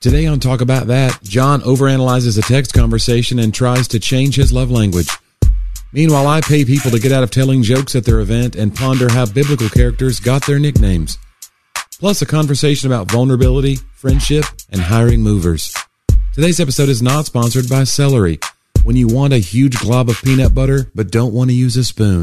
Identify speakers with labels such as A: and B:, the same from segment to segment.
A: Today on Talk About That, John overanalyzes a text conversation and tries to change his love language. Meanwhile, I pay people to get out of telling jokes at their event and ponder how biblical characters got their nicknames. Plus, a conversation about vulnerability, friendship, and hiring movers. Today's episode is not sponsored by Celery. When you want a huge glob of peanut butter but don't want to use a spoon.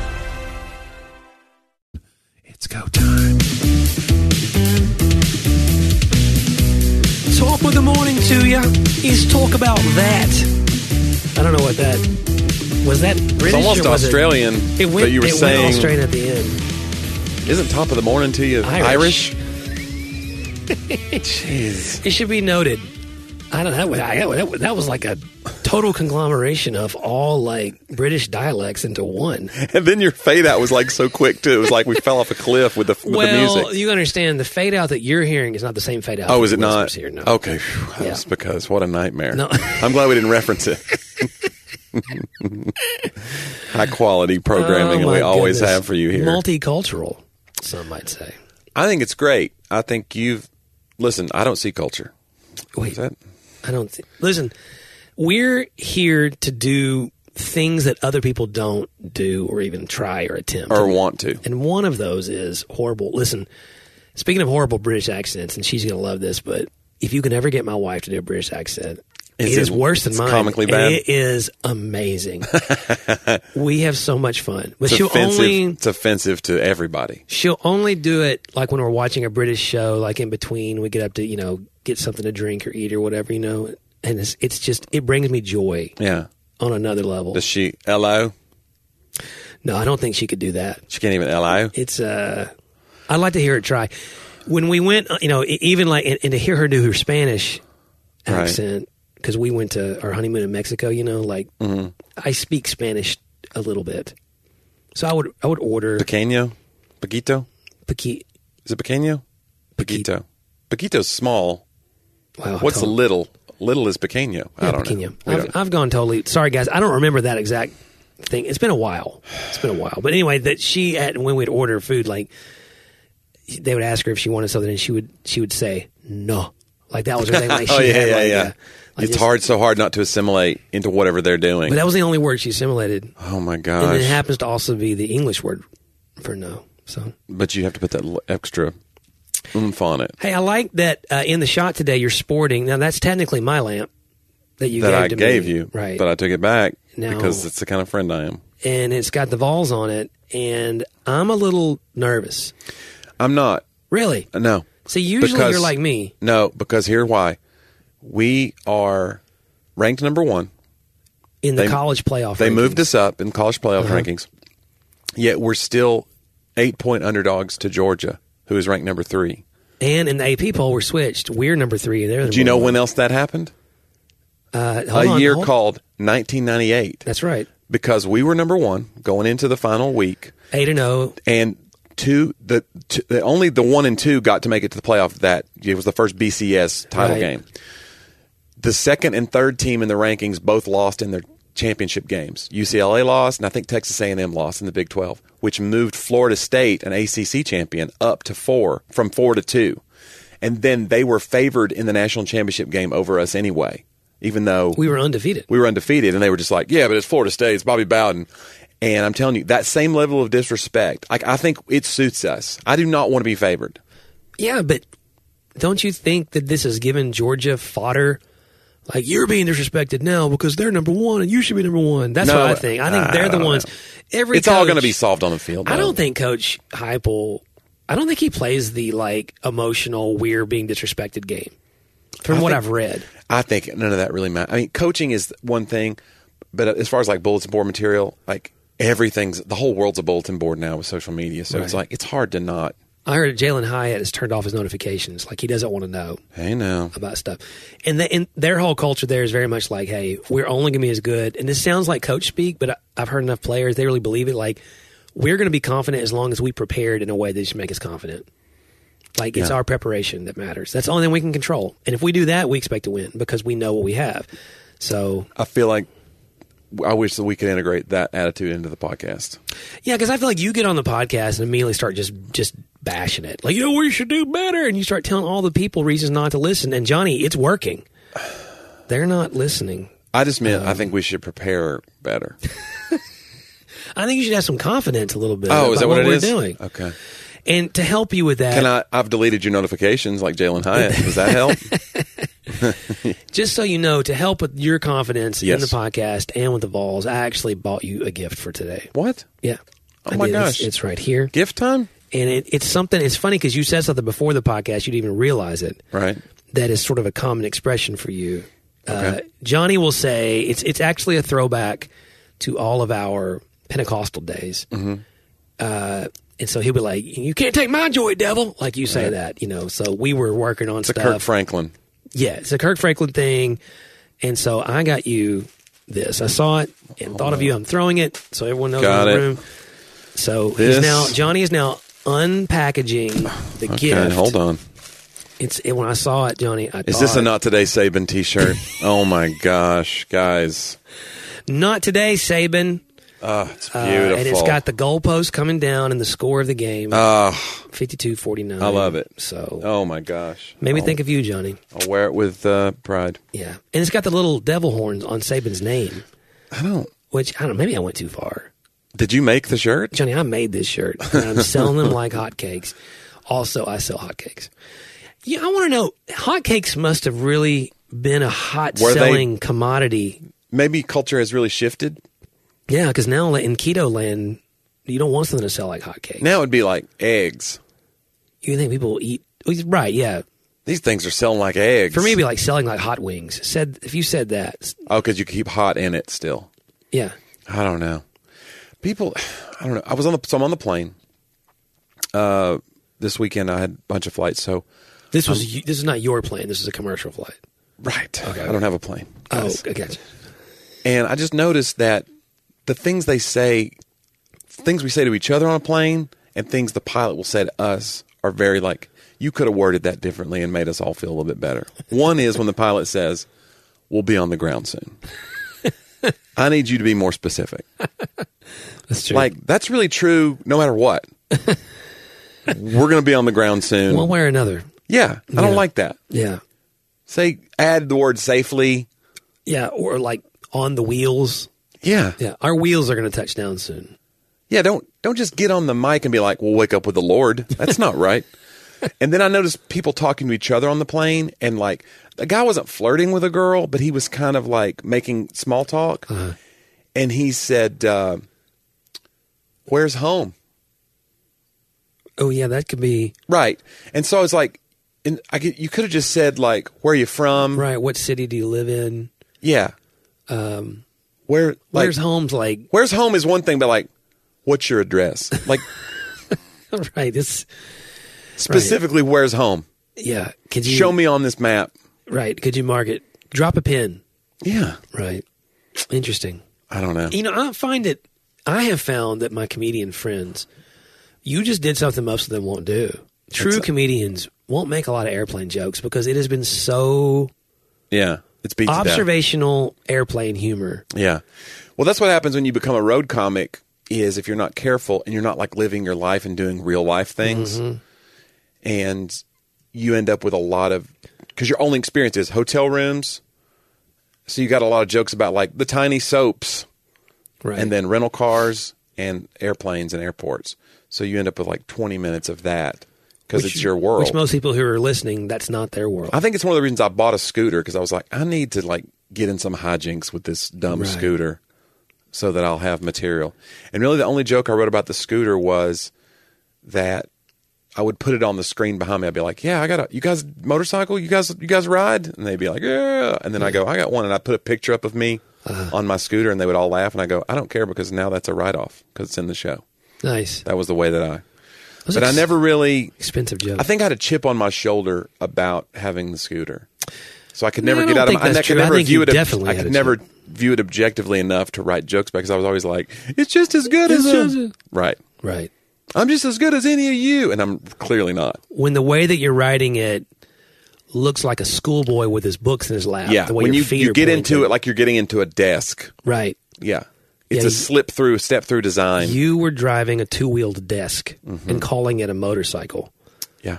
A: It's go time.
B: Talk of the morning to you is talk about that. I don't know what that was. That British
C: It's almost
B: or was it-
C: Australian.
B: It, went.
C: but you were
B: it
C: saying,
B: went Australian at the end.
C: isn't top of the morning to you
B: Irish.
C: Irish? Jeez.
B: It should be noted. I don't know. That was, I- that was- that was like a total conglomeration of all like British dialects into one.
C: And then your fade out was like so quick too. It was like we fell off a cliff with the with
B: well,
C: the music.
B: you understand the fade out that you're hearing is not the same fade out.
C: Oh, is
B: that
C: it not?
B: Wesper's Here. No.
C: Okay, phew, that
B: Yeah.
C: was because what a nightmare.
B: No.
C: I'm glad we didn't reference it. High quality programming,
B: Oh,
C: and we
B: my
C: always
B: goodness.
C: have for you here.
B: Multicultural, some might say.
C: I think it's great. I think you've listen. I don't see culture.
B: Wait,
C: Is that
B: I don't thi- listen. We're here to do things that other people don't do or even try or attempt.
C: or want to?
B: and one of those is horrible. Listen, speaking of horrible British accents, and she's going to love this, but if you can ever get my wife to do a British accent,
C: Is
B: it
C: it-
B: is worse than
C: it's
B: mine.
C: comically
B: and
C: bad?
B: It is amazing. we have so much fun, but
C: It's
B: she'll
C: offensive.
B: only
C: it's offensive to everybody.
B: She'll only do it like when we're watching a British show, like in between we get up to, you know, get something to drink or eat or whatever, you know. And it's, it's just, it brings me joy
C: Yeah.
B: on another level.
C: Does she? Hello.
B: No, I don't think she could do that.
C: She can't even hello.
B: It's, uh, I'd like to hear it try. When we went, uh, you know, e- even like, and, and to hear her do her Spanish
C: Right.
B: accent, because we went to our honeymoon in Mexico, you know, like
C: Mm-hmm.
B: I speak Spanish a little bit. So I would, I would order
C: Pequeño? Paquito?
B: pequi-
C: Is it pequeño?
B: Pequi-
C: Paquito. Paquito's small.
B: wow, I
C: What's
B: told-
C: little? Little is pequeño. I
B: Yeah,
C: don't
B: Pequeno.
C: know. We
B: I've,
C: don't know.
B: I've gone totally. Sorry, guys. I don't remember that exact thing. It's been a while. It's been a while. But anyway, that she at when we'd order food, like they would ask her if she wanted something, and she would she would say no. Like that was her thing. Like
C: oh,
B: she
C: yeah,
B: had,
C: yeah,
B: like, uh,
C: yeah.
B: a- like,
C: it's
B: this-
C: hard, so hard not to assimilate into whatever they're doing.
B: But that was the only word she assimilated,
C: oh, my
B: and
C: gosh.
B: it happens to also be the English word for no. So
C: but you have to put that little extra oomph on it.
B: hey, I like that uh, in the shot today. You're sporting. Now that's technically my lamp that you
C: That
B: gave
C: I
B: to
C: gave
B: me.
C: you.
B: right?
C: But I took it back
B: Now-
C: because it's the kind of friend I am.
B: and it's got the vols on it, and I'm a little nervous.
C: I'm not.
B: Really?
C: No.
B: See, usually
C: Because-
B: you're like me.
C: No, because here why. We are ranked number one.
B: in the
C: They-
B: college playoff.
C: They
B: rankings.
C: moved us up in college playoff
B: Uh-huh.
C: rankings, yet we're still eight point underdogs to Georgia, who is ranked number three.
B: and in the AP poll, we're switched. We're number three, and they're.
C: Do you know when else that happened?
B: uh,
C: A
B: hold on,
C: year
B: hold-
C: called 1998,
B: That's right,
C: because we were number one going into the final week,
B: eight and oh. zero.
C: and two the, two the only the one and two got to make it to the playoff. That it was the first BCS title
B: Right.
C: game. The second and third team in the rankings both lost in their championship games. UCLA lost, and I think Texas A&M lost in the Big 12, which moved Florida State, an ACC champion, up to four from four to two, and then they were favored in the national championship game over us anyway, even though
B: We were undefeated.
C: we were undefeated, and they were just like, "Yeah, but it's Florida State, it's Bobby Bowden." And I'm telling you, that same level of disrespect, like I think it suits us. I do not want to be favored.
B: yeah, but don't you think that this has given Georgia fodder? like you're being disrespected now because they're number one and you should be number one. That's
C: No,
B: what I think. I think
C: I
B: they're the
C: don't
B: ones. Every
C: it's all going to
B: coach-
C: be solved on the field.
B: I
C: though.
B: don't think Coach Heupel. I don't think he plays the like emotional we're being disrespected game. From what I've read,
C: I think none of that really matters. I mean, coaching is one thing, but as far as like bulletin board material, like everything's the whole world's a bulletin board now with social media. So it's like it's hard to not.
B: I heard Jalen Hyatt has turned off his notifications. Like he doesn't want to know
C: Hey, no,
B: about stuff, and, the, and their whole culture there is very much like, "Hey, we're only going to be as good." And this sounds like coach speak, but I, I've heard enough players they really believe it. Like we're going to be confident as long as we prepared in a way that should make us confident. Like it's
C: Yeah.
B: our preparation that matters. That's the only thing we can control. And if we do that, we expect to win because we know what we have. So
C: I feel like I wish that we could integrate that attitude into the podcast.
B: Yeah, because I feel like you get on the podcast and immediately start just just bashing it, like you know we should do better, and you start telling all the people reasons not to listen. And Johnny, it's working. They're not listening.
C: I just meant
B: Um.
C: I think we should prepare better.
B: I think you should have some confidence a little bit.
C: Oh, is that
B: about
C: what, it
B: we're
C: is?
B: Doing.
C: Okay.
B: And to help you with that,
C: Can I? I've deleted your notifications, like Jalen Hyatt. Does that help?
B: just so you know, to help with your confidence in
C: Yes.
B: the podcast and with the Vols, I actually bought you a gift for today.
C: what?
B: Yeah.
C: Oh
B: I
C: my
B: did. It's-
C: gosh.
B: It's, right here,
C: Gift time?
B: and it, it's something. It's funny because you said something before the podcast, you didn't even realize it.
C: Right.
B: that is sort of a common expression for you. Uh,
C: Okay.
B: Johnny will say it's it's actually a throwback to all of our Pentecostal days,
C: Mm-hmm.
B: uh, and so he'll be like, "You can't take my joy, devil!" Like you say that, you know. So we were working on
C: It's a
B: stuff.
C: Kirk Franklin.
B: yeah, it's a Kirk Franklin thing, and so I got you this. I saw it and thought of you. I'm throwing it so everyone knows
C: Oh, Got
B: in
C: it.
B: the room. So
C: This-
B: he's now Johnny is now unpackaging the gift.
C: Okay, hold on.
B: It's it, when I saw it, Johnny. I
C: Is this
B: thought-
C: a not today Saban T-shirt? oh my gosh, guys,
B: Not today, Saban.
C: oh, it's beautiful.
B: Uh, and it's got the goalpost coming down and the score of the game,
C: Oh,
B: 52-49.
C: I love it.
B: So
C: oh my gosh,
B: made me
C: I'll-
B: think of you, Johnny.
C: I'll wear it with uh, pride.
B: Yeah, and it's got the little devil horns on Saban's name,
C: I don't.
B: which I don't. know, Maybe I went too far,
C: Did you make the shirt?
B: Johnny. I made this shirt. And I'm selling them like hotcakes. Also, I sell hotcakes. Yeah, I want to know. Hotcakes must have really been a hot
C: Were they-
B: selling commodity.
C: Maybe culture has really shifted.
B: Yeah, because now in keto land, you don't want something to sell like hotcakes.
C: Now it'd be like eggs.
B: You think people eat? Right? Yeah.
C: These things are selling like eggs.
B: For me, it'd be like selling like hot wings. Said if you said that, s-
C: oh, because you keep hot in it still.
B: yeah,
C: I don't know. People, I don't know. I was on the so I'm on the plane. Uh, this weekend I had a bunch of flights, so
B: this was you this is not your plane. This is a commercial flight.
C: right. Okay. I don't have a plane. Oh.
B: Oh, I gotcha.
C: And I just noticed that the things they say, things we say to each other on a plane, and things the pilot will say to us are very like, you could have worded that differently and made us all feel a little bit better. One is when the pilot says, we'll be on the ground soon. I need you to be more specific.
B: That's true.
C: Like, that's really true no matter what. We're going to be on the ground soon.
B: one way or another.
C: yeah, I don't
B: Yeah.
C: like that.
B: Yeah,
C: Say, add the word safely.
B: yeah, or like on the wheels.
C: Yeah.
B: Yeah, our wheels are going to touch down soon.
C: Yeah, don't don't just get on the mic and be like, "We'll wake up with the Lord." That's not right. and then I noticed people talking to each other on the plane, and like the guy wasn't flirting with a girl, but he was kind of like making small talk. And he said, uh, "Where's home?"
B: Oh yeah, that could be
C: Right. And so I was like, and I could, you could have just said like, "Where are you from?"
B: right. What city do you live in?
C: Yeah. Um, where? Like,
B: Where's home's like
C: Where's home is one thing, but like, what's your address? Like
B: right. This
C: specifically, where's home?
B: yeah. Could you
C: Show me on this map.
B: right? Could you mark it? Drop a pin.
C: Yeah.
B: Right. Interesting.
C: I don't know.
B: You know, I find it. I have found that my comedian friends, you just did something most of them won't do. True comedians won't make a lot of airplane jokes because it has been so
C: Yeah. It's beat to death.
B: observational airplane humor.
C: Yeah. Well, that's what happens when you become a road comic is if you're not careful and you're not like living your life and doing real life things and you end up with a lot of cuz your only experience is hotel rooms. So you got a lot of jokes about like the tiny soaps
B: Right.
C: and then rental cars and airplanes and airports. So you end up with like 20 minutes of that because
B: Which-
C: it's your world.
B: Which most people who are listening, that's not their world.
C: I think it's one of the reasons I bought a scooter because I was like, I need to like get in some hijinks with this dumb
B: Right.
C: scooter so that I'll have material. And really, the only joke I wrote about the scooter was that I would put it on the screen behind me. I'd be like, "Yeah, I got a you guys motorcycle. You guys you guys ride?" And they'd be like, "Yeah." And then I go, "I got one," and I put a picture up of me
B: Uh-huh.
C: on my scooter, and they would all laugh. And I go, "I don't care because now that's a write off because it's in the show."
B: nice.
C: That was the way that I.
B: Those
C: But I
B: ex-
C: never really
B: expensive joke.
C: I think I had a chip on my shoulder about having the scooter, so I could never
B: I
C: get
B: don't
C: out of.
B: think
C: My, I
B: that's
C: could
B: true. I
C: never
B: think
C: view
B: you
C: it. ob-
B: definitely
C: I
B: had
C: could
B: a
C: never view it objectively enough to write jokes because I was always like, "It's just as good
B: It's
C: as
B: just
C: them."
B: a-
C: right.
B: right.
C: I'm just as good as any of you, and I'm clearly not.
B: When the way that you're writing it looks like a schoolboy with his books in his lap.
C: yeah,
B: The way
C: when
B: your
C: you
B: feet
C: you
B: are
C: get into
B: pointed.
C: it like you're getting into a desk.
B: Right.
C: Yeah, it's
B: Yeah,
C: a
B: you-
C: slip through, step through design.
B: You were driving a two wheeled desk
C: Mm-hmm.
B: and calling it a motorcycle.
C: yeah,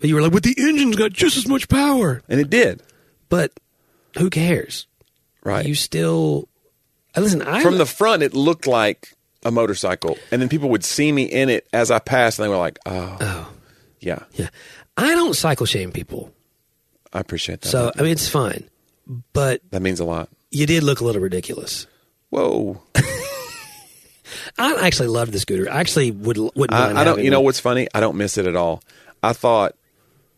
B: But you were like, but the engine's got just as much power.
C: and it did.
B: But who cares?
C: Right
B: You still. Uh, Listen, I
C: from the front, it looked like a motorcycle, and then people would see me in it as I passed, and they were like, "Oh,
B: Oh.
C: yeah,
B: Yeah. I don't cycle shame people.
C: I appreciate that."
B: So, I mean, it's fine. But
C: That means a lot.
B: you did look a little ridiculous.
C: Whoa.
B: I actually loved the scooter. I actually would, wouldn't mind
C: I, I don't,
B: having
C: you know
B: one.
C: what's funny? I don't miss it at all. I thought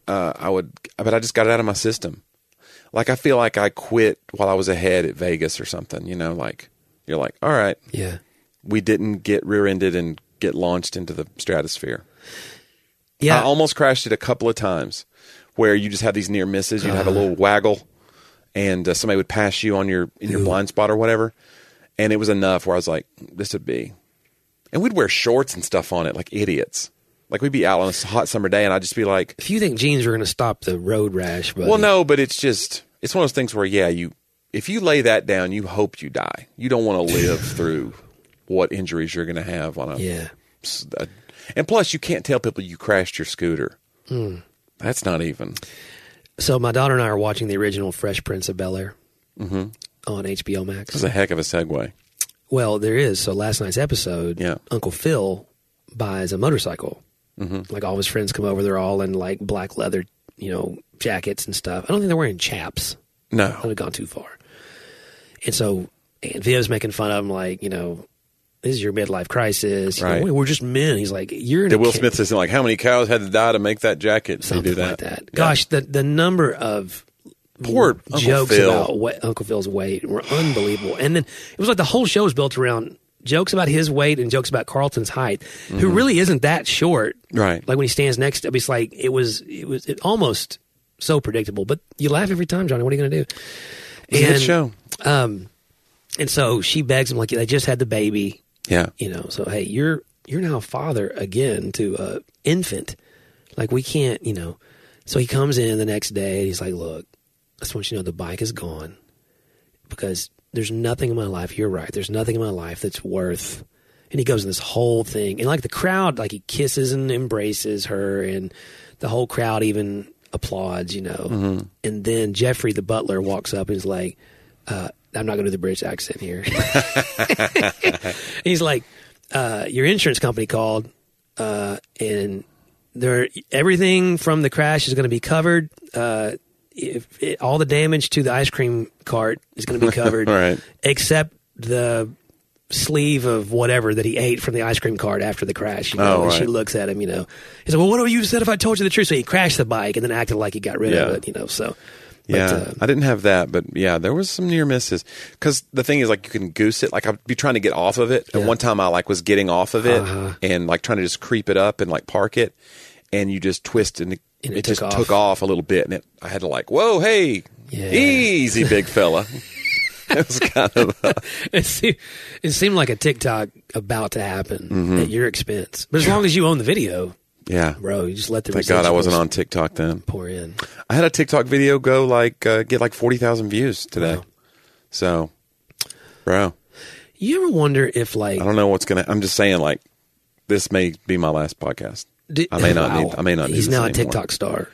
C: uh, I would, but I just got it out of my system. Like, I feel like I quit while I was ahead at Vegas or something, you know, like you're like, all right,
B: Yeah.
C: we didn't get rear ended and get launched into the stratosphere.
B: Yeah.
C: I almost crashed it a couple of times where you just have these near misses. You'd have a little waggle, and uh, somebody would pass you on your in your blind spot or whatever. And it was enough where I was like, "This would be," and we'd wear shorts and stuff on it like idiots. Like we'd be out on a s- hot summer day, and I'd just be like,
B: if you think jeans are going to stop the road rash, but
C: "Well, no, but it's just it's one of those things where yeah, you if you lay that down, you hope you die. You don't want to live through what injuries you're going to have on a
B: Yeah.
C: s- a- and plus you can't tell people you crashed your scooter.
B: Hmm.
C: That's not even.
B: So my daughter and I are watching the original Fresh Prince of Bel Air
C: Mm-hmm.
B: on HBO Max.
C: That's a heck of a segue.
B: Well, there is. So last night's episode,
C: Yeah.
B: Uncle Phil buys a motorcycle. Mm-hmm. Like all his friends come over, they're all in like black leather, you know, jackets and stuff. I don't think they're wearing chaps. That would
C: No.
B: have gone too far. And so Aunt Viv's making fun of him, like, you know, this is your midlife crisis. You know,
C: Right.
B: "We- we're just men. He's like, you're in a
C: Did Will
B: ca-
C: Smith says like, how many cows had to die to make that jacket? They
B: something
C: do that.
B: like that. Gosh, the the number of
C: Poor Uncle
B: jokes
C: Phil.
B: about what Uncle Phil's weight were unbelievable, and then it was like the whole show was built around jokes about his weight and jokes about Carlton's height, who really isn't that short.
C: Mm-hmm. Right.
B: Like when he stands next, to it's like it was it was it almost so predictable, but you laugh every time, Johnny. What are you going to do?
C: It's a good show.
B: Um, and so she begs him like they just had the baby
C: Yeah.
B: you know so hey you're you're now a father again to a infant like we can't you know so he comes in the next day and he's like look i just want you to know the bike is gone because there's nothing in my life you're right there's nothing in my life that's worth and he goes in this whole thing and like the crowd like he kisses and embraces her and the whole crowd even applauds you know and then jeffrey the butler walks up and is like uh, i'm not going to do the british accent here he's like, uh, your insurance company called, uh, and they're everything from the crash is going to be covered. Uh, if it, all the damage to the ice cream cart is going to be covered,
C: Right.
B: except the sleeve of whatever that he ate from the ice cream cart after the crash. You know,
C: Oh,
B: and she
C: right.
B: looks at him. You know, he's like, "Well, what would you have said if I told you the truth?" So he crashed the bike and then acted like he got rid of
C: Yeah.
B: it. You know, so but,
C: Yeah,
B: uh,
C: I didn't have that, but yeah, there was some near misses. Because the thing is, like, you can goose it. Like, I'd be trying to get off of it, and one time I like was getting off of it
B: Uh-huh.
C: and like trying to just creep it up and like park it, and you just twist and it,
B: And it
C: it
B: took
C: just
B: off.
C: took off a little bit, and it I had to like, whoa, hey,
B: Yeah.
C: easy, big fella. it was kind of
B: it, seemed, it seemed like a TikTok about to happen
C: Mm-hmm.
B: at your expense. But as long as you own the video,
C: yeah.
B: bro, you just let the
C: Thank God I wasn't
B: residuals
C: on TikTok then.
B: pour in.
C: I had a TikTok video go like uh, get like forty thousand views today. So, bro,
B: You ever wonder if like
C: I don't know what's gonna. I'm just saying, like, this may be my last podcast.
B: di-
C: I may not
B: Wow.
C: need. I may not. need
B: He's
C: this
B: now a
C: anymore.
B: TikTok star.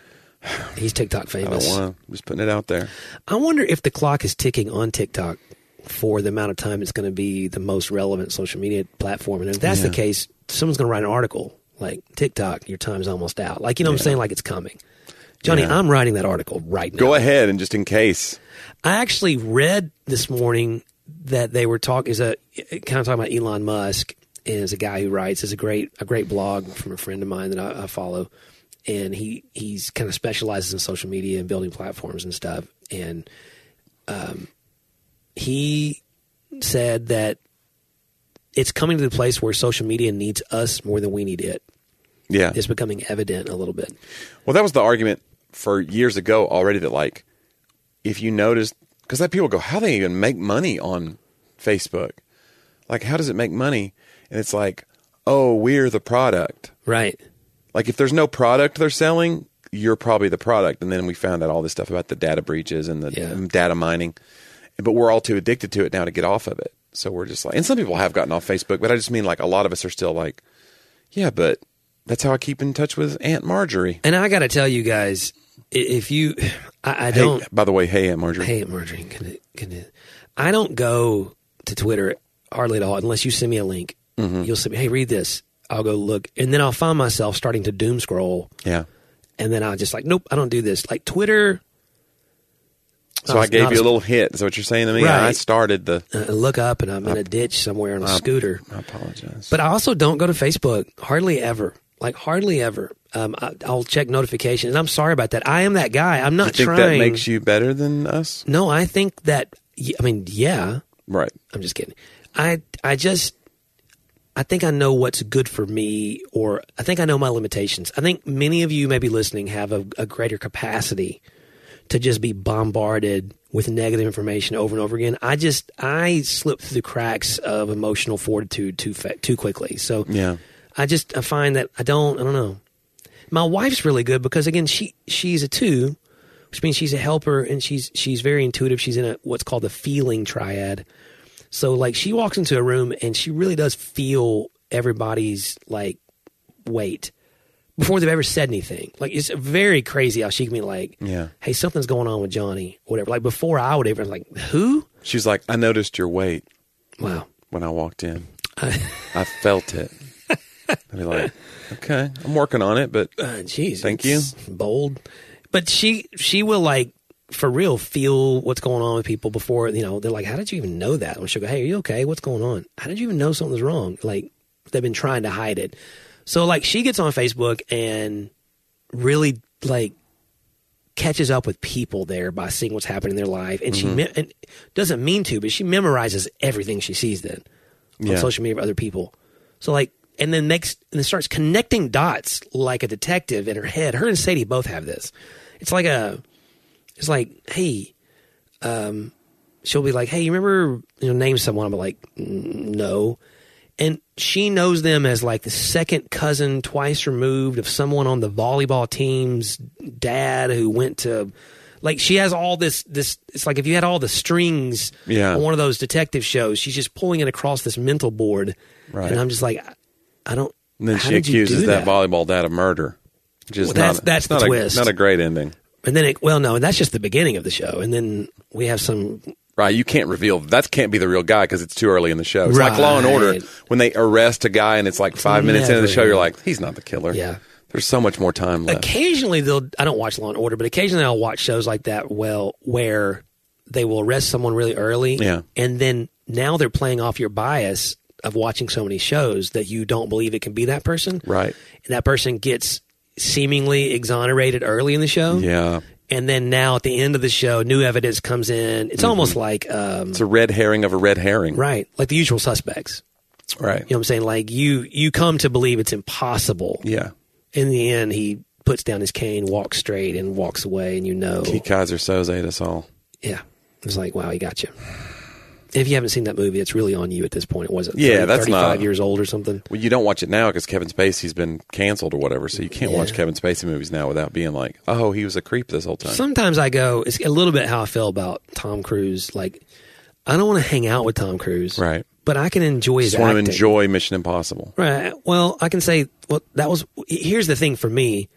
B: He's TikTok
C: I don't
B: famous. I,
C: want to. Just putting it out there.
B: wonder if the clock is ticking on TikTok for the amount of time it's going to be the most relevant social media platform. And if that's the case, someone's going to write an article like TikTok, your time's almost out. Like you know what I'm saying? Like it's coming. Johnny, I'm writing that article right now.
C: Go ahead and just in case.
B: I actually read this morning that they were talking is a kind of talking about Elon Musk and is a guy who writes is a great a great blog from a friend of mine that I, I follow, and he he's kind of specializes in social media and building platforms and stuff. And um, he said that it's coming to the place where social media needs us more than we need it.
C: Yeah.
B: It's becoming evident a little bit.
C: Well, that was the argument for years ago already that like if you notice because that people go how they even make money on Facebook, like how does it make money? And it's like oh we're the product.
B: Right.
C: Like if there's no product they're selling, you're probably the product. And then we found out all this stuff about the data breaches and the
B: Yeah.
C: data mining, but we're all too addicted to it now to get off of it. So we're just like, and some people have gotten off Facebook, but I just mean like a lot of us are still like, yeah, but that's how I keep in touch with Aunt Marjorie.
B: And I got to tell you guys, i- if you, I, I don't.
C: Hey, by the way, hey Aunt Marjorie.
B: Hey, Marjorie, can it, can it, I don't go to Twitter hardly at all unless you send me a link.
C: Mm-hmm.
B: You'll send me, hey, read this. I'll go look, and then I'll find myself starting to doom scroll,
C: Yeah.
B: and then I'll just like, nope, I don't do this. Like Twitter,
C: So
B: Not
C: I
B: as-
C: gave
B: not
C: you
B: as-
C: a little hint. Is what you're saying to me?
B: Right.
C: I started the.
B: uh, I look up and I'm in a ditch somewhere on a scooter.
C: I apologize.
B: But I also don't go to Facebook hardly ever. Like hardly ever. Um, I, I'll check notifications. And I'm sorry about that. I am that guy. I'm
C: you
B: not
C: think
B: trying.
C: that makes you better than us?
B: no, I think that. y- I mean, yeah.
C: Right.
B: I'm just kidding. I I just I think I know what's good for me, or I think I know my limitations. I think many of you maybe listening have a, a greater capacity to just be bombarded with negative information over and over again. I just I slip through the cracks of emotional fortitude too fa- too quickly. So
C: Yeah.
B: I just I find that I don't I don't know. My wife's really good because again she she's a two, which means she's a helper and she's she's very intuitive. She's in a what's called the feeling triad. So like she walks into a room and she really does feel everybody's like weight before they've ever said anything. Like it's very crazy how she can be like,
C: Yeah.
B: hey, something's going on with Johnny, or whatever. Like before I would ever like, who?
C: She's like, I noticed your weight
B: Wow.
C: when I walked in. I felt it. I'd be like, okay, I'm working on it, but
B: Uh, Jeez,
C: Thank
B: it's Bold, but she she will like for real feel what's going on with people before you know they're like, how did you even know that? When she'll go, hey, are you okay? What's going on? How did you even know something's wrong? Like they've been trying to hide it. So like she gets on Facebook and really like catches up with people there by seeing what's happening in their life, and she me- and doesn't mean to, but she memorizes everything she sees then on
C: Yeah.
B: social media of other people. So like, and then makes and then starts connecting dots like a detective in her head. Her and Sadie both have this. It's like a, it's like hey, um, she'll be like, hey, you remember you know name someone? I'm like, "N- no. And she knows them as like the second cousin, twice removed, of someone on the volleyball team's dad who went to, like, she has all this. This it's like if you had all the strings
C: Yeah.
B: on one of those detective shows, she's just pulling it across this mental board,
C: Right.
B: and I'm just like, I, I don't.
C: and then
B: how
C: she
B: did you
C: accuses
B: do
C: that? volleyball dad of murder.
B: Well,
C: Just
B: that's-
C: not,
B: that's the
C: not a-
B: twist.
C: not a great ending.
B: and then it, well, no, that's just the beginning of the show, and then we have some
C: Right, you can't reveal that can't be the real guy because it's too early in the show. It's like Law and Order
B: Right.
C: when they arrest a guy and it's like five minutes into the
B: never
C: show, you're
B: him.
C: like, he's not the killer.
B: Yeah.
C: there's so much more time left.
B: occasionally they'll i don't watch law and order but occasionally i'll watch shows like that well where they will arrest someone really early
C: Yeah.
B: and then now they're playing off your bias of watching so many shows that you don't believe it can be that person
C: Right.
B: and that person gets seemingly exonerated early in the show
C: Yeah,
B: and then now at the end of the show new evidence comes in
C: Mm-hmm.
B: it's almost like um
C: it's a red herring of a red herring.
B: right like the usual suspects
C: right.
B: you know what i'm saying like you you come to believe it's impossible
C: Yeah,
B: in the end, he puts down his cane, walks straight, and walks away. And you know,
C: T. Kaiser Soze ate us all.
B: yeah, it's like, wow, he got you. If you haven't seen that movie, it's really on you at this point. It wasn't.
C: Yeah, that's
B: thirty-five
C: not-
B: years old or something.
C: Well, you don't watch it now because Kevin Spacey's been canceled or whatever, so you can't watch Kevin Spacey movies now without being like, oh, he was a creep this whole time.
B: Sometimes I go. It's a little bit how I feel about Tom Cruise. Like, I don't want to hang out with Tom Cruise,
C: Right.
B: But I can enjoy his
C: Just want to
B: acting.
C: enjoy Mission Impossible.
B: Right. Well, I can say, well, that was. Here's the thing for me.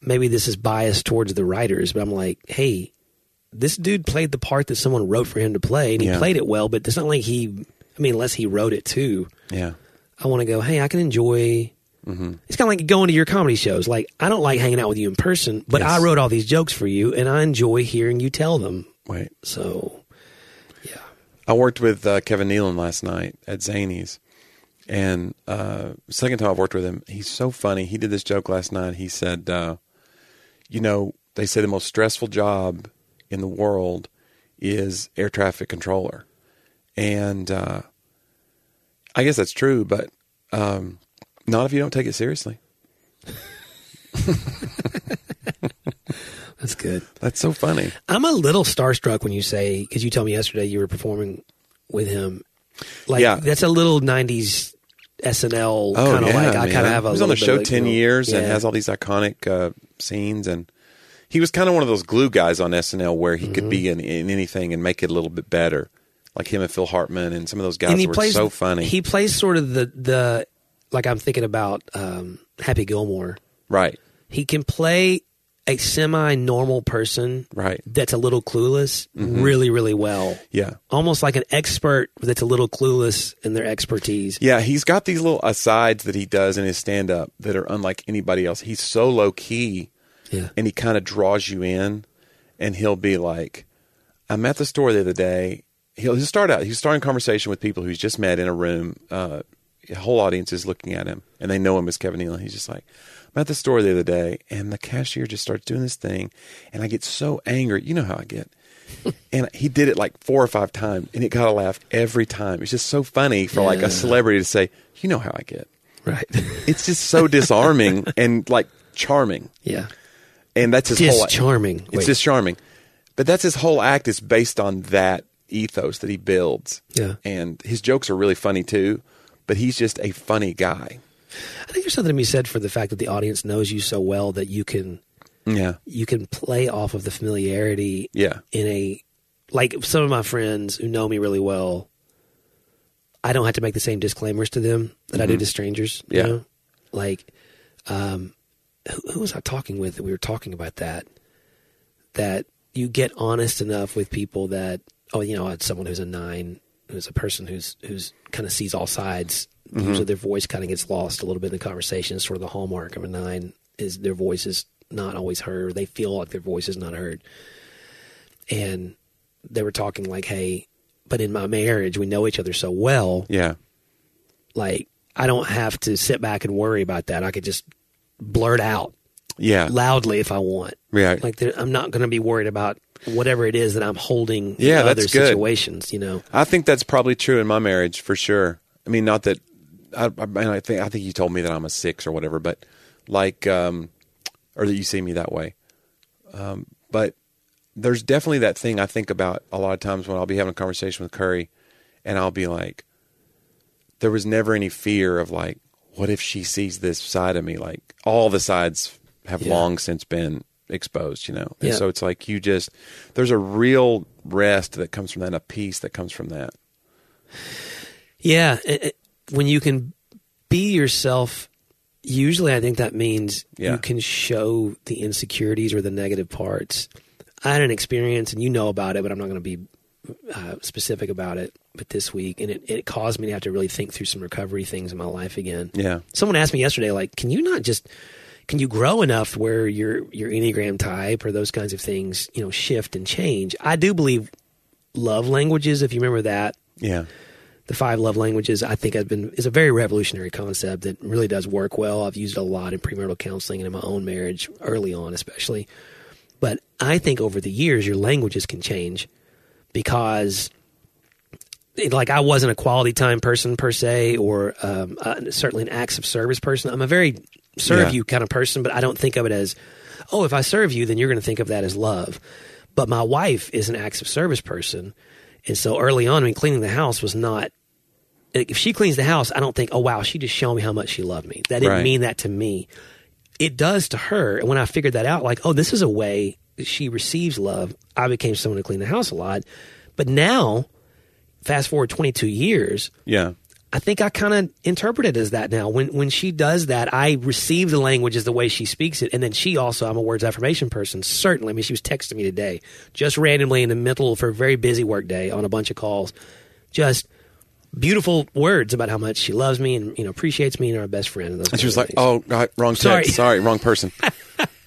B: Maybe this is biased towards the writers, but I'm like, hey, this dude played the part that someone wrote for him to play, and he
C: Yeah.
B: played it well. But it's not like he. I mean, unless he wrote it too,
C: Yeah,
B: I want to go. Hey, I can enjoy It's kind of like going to your comedy shows. Like I don't like hanging out with you in person, but I wrote all these jokes for you, and I enjoy hearing you tell them.
C: Wait.
B: So
C: I worked with uh, Kevin Nealon last night at Zany's, and uh, second time I've worked with him, he's so funny. He did this joke last night. He said, uh, "You know, they say the most stressful job in the world is air traffic controller," and uh, I guess that's true, but um, not if you don't take it seriously.
B: that's good.
C: That's so funny.
B: I'm a little starstruck when you say because you told me yesterday you were performing with him. Like
C: Yeah.
B: that's a little '90s SNL
C: Oh,
B: kind of
C: yeah,
B: like I
C: man.
B: kind of have a.
C: He was on the
B: little
C: show
B: bit of, like,
C: ten
B: you know,
C: years and
B: yeah.
C: has all these iconic uh, scenes, and he was kind of one of those glue guys on SNL where he could be
B: Mm-hmm.
C: in, in anything and make it a little bit better, like him and Phil Hartman and some of those guys
B: and he
C: were
B: plays
C: so funny.
B: He plays sort of the the like I'm thinking about um, Happy Gilmore.
C: right,
B: He can play a semi normal person,
C: Right.
B: That's a little clueless,
C: Mm-hmm.
B: really, really well.
C: yeah,
B: Almost like an expert that's a little clueless in their expertise.
C: yeah. He's got these little asides that he does in his stand up that are unlike anybody else. He's so low key.
B: Yeah.
C: and he kind of draws you in and he'll be like i'm at the store the other day he'll, he'll start out he's starting conversation with people he's just met in a room uh, a whole audience is looking at him and they know him as kevin nealon he's just like i'm at the store the other day and the cashier just starts doing this thing and i get so angry you know how i get and he did it like four or five times and it got a laugh every time it's just so funny for like a celebrity to say you know how i get
B: Right.
C: it's just so disarming and like charming
B: yeah.
C: and that's his whole
B: Just charming.
C: it's just charming. But that's his whole act is based on that ethos that he builds.
B: Yeah.
C: And his jokes are really funny too, but he's just a funny guy.
B: I think there's something to be said for the fact that the audience knows you so well that you can
C: Yeah.
B: you can play off of the familiarity
C: Yeah.
B: in a like some of my friends who know me really well i don't have to make the same disclaimers to them that i do to strangers you
C: Mm-hmm. Yeah.
B: know? like um who, who was i talking with that we were talking about that that you get honest enough with people that oh you know it's someone who's a nine who's a person who's who's kind of sees all sides usually their voice kind of gets lost a little bit in the conversation it's sort of the hallmark of a nine is their voice is not always heard or they feel like their voice is not heard and they were talking like hey but in my marriage we know each other so well
C: Yeah.
B: like i don't have to sit back and worry about that i could just blurt out
C: Yeah.
B: loudly if i want
C: Right.
B: like there, i'm not going to be worried about whatever it is that i'm holding
C: Yeah,
B: in
C: that's
B: other
C: good.
B: situations you know
C: I think that's probably true in my marriage for sure. I mean, not that I, I, mean, I think I think you told me that I'm a six or whatever, but like, um, or that you see me that way. Um, but there's definitely that thing I think about a lot of times when I'll be having a conversation with Curry, and I'll be like, there was never any fear of like, what if she sees this side of me? Like all the sides have
B: Yeah.
C: long since been exposed, you know. And
B: Yeah.
C: so it's like you just there's a real rest that comes from that, and a peace that comes from that.
B: yeah it- it- when you can be yourself usually i think that means
C: Yeah.
B: you can show the insecurities or the negative parts i had an experience and you know about it but i'm not going to be uh, specific about it but this week and it, it caused me to have to really think through some recovery things in my life again
C: Yeah.
B: someone asked me yesterday like can you not just can you grow enough where your your enneagram type or those kinds of things you know shift and change i do believe love languages if you remember that
C: Yeah.
B: the five love languages i think has been is a very revolutionary concept that really does work well i've used it a lot in premarital counseling and in my own marriage early on especially but i think over the years your languages can change because it- like i wasn't a quality time person per se or um, uh, certainly an acts of service person i'm a very serve
C: Yeah.
B: you kind of person but i don't think of it as oh if i serve you then you're going to think of that as love but my wife is an acts of service person and so early on, I mean, cleaning the house was not. If she cleans the house, I don't think, oh wow, she just showed me how much she loved me. That didn't
C: Right.
B: mean that to me. It does to her. And when I figured that out, like, oh, this is a way that she receives love. I became someone to clean the house a lot. But now, fast forward 22 years,
C: Yeah.
B: I think I kind of interpret it as that now. When when she does that, I receive the language as the way she speaks it, and then she also I'm a words affirmation person. Certainly, I mean she was texting me today, just randomly in the middle for a very busy work day on a bunch of calls. Just beautiful words about how much she loves me and you know appreciates me and our best friend. those
C: And she was like,
B: kinds of
C: "Oh, God, wrong
B: Sorry.
C: text. Sorry, wrong person.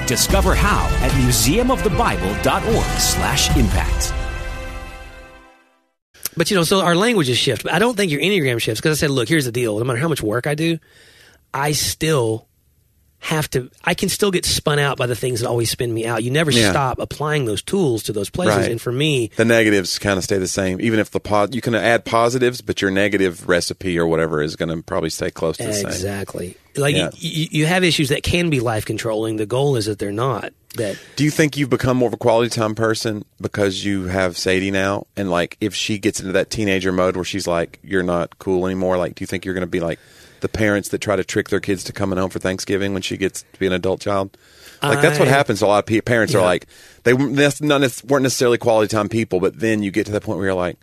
D: you. Discover how at museumofthebible.org/impact.
B: but you know, so our languages shift. But I don't think your enneagram shifts because I said, look, here's the deal. No matter how much work I do, I still have to. I can still get spun out by the things that always spin me out. You never
C: Yeah.
B: stop applying those tools to those places.
C: Right.
B: And for me,
C: The negatives kind of stay the same, even if the pod you can add positives, but your negative recipe or whatever is going to probably stay close to the same.
B: exactly. Like
C: Yeah.
B: y you, you have issues that can be life controlling. The goal is that they're not. That
C: Do you think you've become more of a quality time person because you have Sadie now? And like, if she gets into that teenager mode where she's like, "You're not cool anymore," like, do you think you're going to be like the parents that try to trick their kids to coming home for Thanksgiving when she gets to be an adult child? Like, that's what
B: I-
C: happens. to A lot of pe- parents are
B: Yeah.
C: like, they weren't nec- not nec- weren't necessarily quality time people, but then you get to that point where you're like,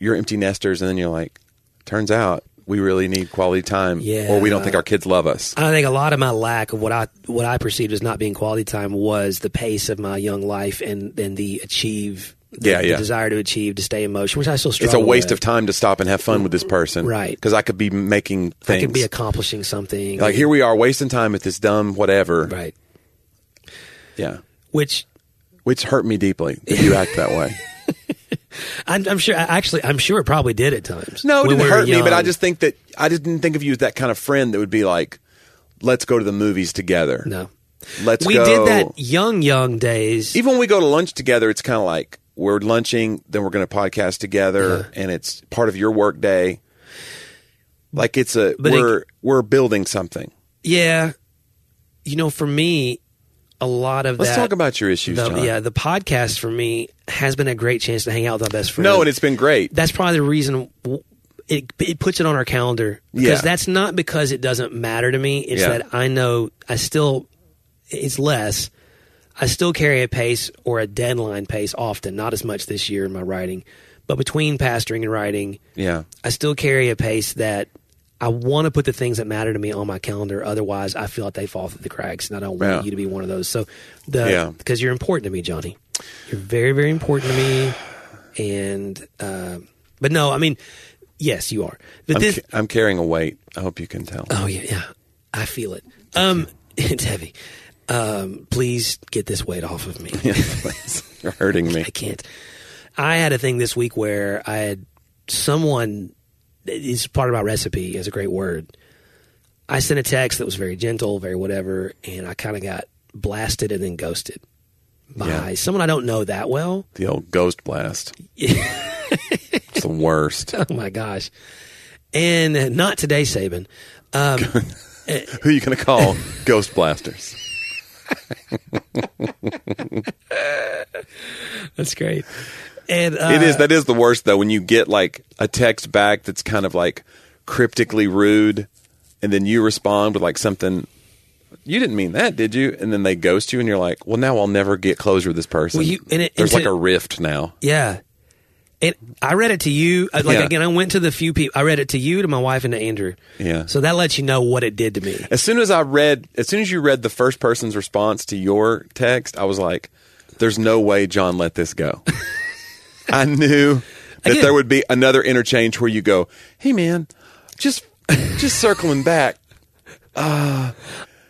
C: you're empty nesters, and then you're like, turns out we really need quality time,
B: Yeah.
C: or we don't think our kids love us.
B: I think a lot of my lack of what I what I perceived as not being quality time was the pace of my young life and and the achieve the,
C: Yeah,
B: the
C: yeah.
B: desire to achieve to stay in motion, which I still
C: it's
B: struggle.
C: a waste
B: with.
C: of time to stop and have fun with this person,
B: Right.
C: Because I could be making
B: I
C: things.
B: could be accomplishing something.
C: like here we are wasting time at this dumb whatever.
B: right,
C: Yeah,
B: which
C: which hurt me deeply that you act that way.
B: I'm, I'm sure. Actually, I'm sure it probably did at times.
C: No, it
B: when
C: didn't
B: we were
C: hurt me, but I
B: young.
C: just think that I just didn't think of you as that kind of friend that would be like, "Let's go to the movies together."
B: no.
C: let's.
B: we
C: go- E-
B: did that young young days.
C: Even when we go to lunch together, it's kind of like we're lunching, then we're going to podcast together, and it's part of your work day. Like it's a
B: But it-
C: we're we're building something.
B: yeah, you know, for me, a lot of
C: Let's
B: that.
C: talk about your issues,
B: the,
C: John.
B: yeah, the podcast for me has been a great chance to hang out with my best friend.
C: no, and it's been great.
B: that's probably the reason w- it, it puts it on our calendar because
C: Yeah.
B: that's not because it doesn't matter to me. It's
C: Yeah.
B: that I know I still it's less. I still carry a pace or a deadline pace often, not as much this year in my writing, but between pastoring and writing,
C: Yeah.
B: I still carry a pace that I want to put the things that matter to me on my calendar. Otherwise, I feel like they fall through the cracks, and I don't want
C: Yeah.
B: you to be one of those. So, the
C: Yeah.
B: because you're important to me, Johnny. You're very, very important to me. And uh, but no, I mean, yes, you are. But
C: I'm,
B: this,
C: ca- I'm carrying a weight. I hope you can tell.
B: oh yeah, yeah, I feel it. Um, it's heavy. Um, please get this weight off of me.
C: You're hurting me.
B: I can't. I had a thing this week where I had someone. It's part of my recipe is a great word. I sent a text that was very gentle, very whatever, and I kind of got blasted and then ghosted by
C: Yeah.
B: someone I don't know that well.
C: The old ghost blast. it's the worst.
B: Oh my gosh! And not today, Saban.
C: Who are you going to call? ghost blasters.
B: That's great. And uh,
C: It is. That is the worst though. When you get like a text back that's kind of like cryptically rude, and then you respond with like something. You didn't mean that, did you? And then they ghost you, and you're like, "Well, now I'll never get closure with this person."
B: Well, you- and it-
C: There's
B: and
C: like
B: to-
C: a rift now.
B: Yeah. It, I read it to you. I- Like
C: Yeah.
B: again, I went to the few people. I read it to you, to my wife, and to Andrew.
C: Yeah.
B: So that lets you know what it did to me.
C: As soon as I read, as soon as you read the first person's response to your text, I was like, "There's no way John let this go." I knew that
B: Again.
C: there would be another interchange where you go, "Hey man, just just circling back, uh,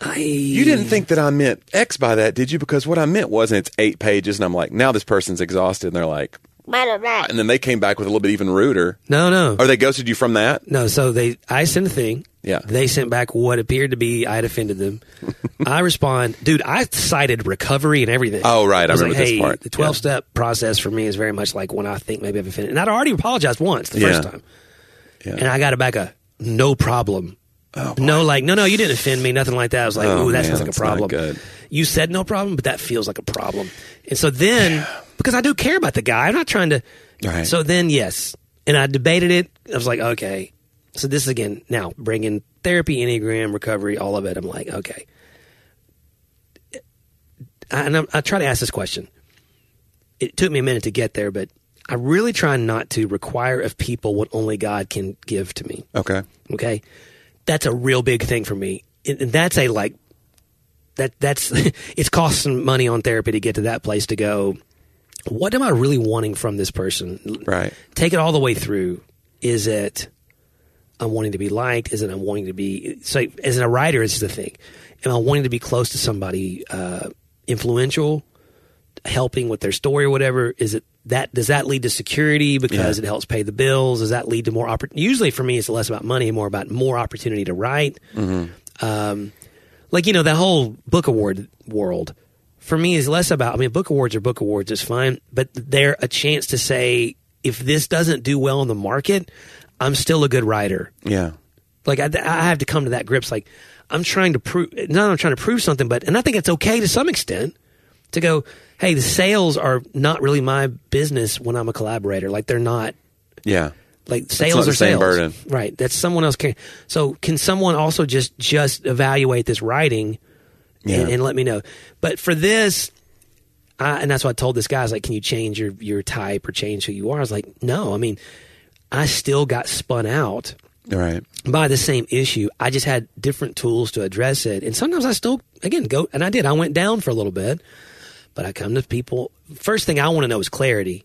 B: I,
C: you didn't think that I meant X by that, did you? Because what I meant wasn't it's eight pages, and I'm like, now this person's exhausted, and they're like, blah blah blah, and then they came back with a little bit even ruder.
B: No, no.
C: Or they ghosted you from that?
B: No, so they I sent a thing.
C: Yeah.
B: They sent back what appeared to be I had offended them. I respond, dude, I cited recovery and everything.
C: Oh, right. I
B: was
C: remember
B: like,
C: this
B: hey,
C: part.
B: The 12
C: Yeah.
B: step process for me is very much like when I think maybe I've offended. And I'd already apologized once the
C: Yeah.
B: first time.
C: Yeah.
B: And I got it back a no problem. no, like, no, no, you didn't offend me, nothing like that. I was like,
C: Oh,
B: ooh, that
C: man,
B: sounds like a
C: that's not
B: problem.
C: good.
B: You said no problem, but that feels like a problem. And so then, because I do care about the guy, I'm not trying to.
C: Right.
B: So then, yes. And I debated it. I was like, okay. So this is again, now bringing therapy, Enneagram, recovery, all of it. I'm like, okay. I, and I'm, I try to ask this question. It took me a minute to get there, but I really try not to require of people what only God can give to me.
C: Okay.
B: Okay, that's a real big thing for me, and and that's a like that that's it's costing money on therapy to get to that place to go. What am I really wanting from this person?
C: Right.
B: Take it all the way through. Is it I'm wanting to be liked? Is it I'm wanting to be so? As a writer, it's the thing. Am I wanting to be close to somebody uh, influential? helping with their story or whatever is it that does that lead to security because it helps pay the bills does that lead to more oppor- usually for me it's less about money and more about more opportunity to write um, like you know that whole book award world for me is less about i mean book awards are book awards is fine but they're a chance to say if this doesn't do well in the market i'm still a good writer
C: Yeah.
B: like I, I have to come to that grips. Like I'm trying to prove, not that I'm trying to prove something, but and I think it's okay to some extent to go. Hey, the sales are not really my business when I'm a collaborator. Like they're not.
C: Yeah.
B: Like
C: not
B: sales
C: the
B: are
C: same
B: sales,
C: burden.
B: right? That's someone else. Can, so can someone also just just evaluate this writing and,
C: Yeah.
B: and let me know? But for this, I, and that's why I told this guy, I was like, can you change your, your type or change who you are? I was like, no, I mean, I still got spun out
C: Right.
B: by the same issue. I just had different tools to address it. And sometimes I still, again, go, and I did, I went down for a little bit, but I come to people. First thing I want to know is clarity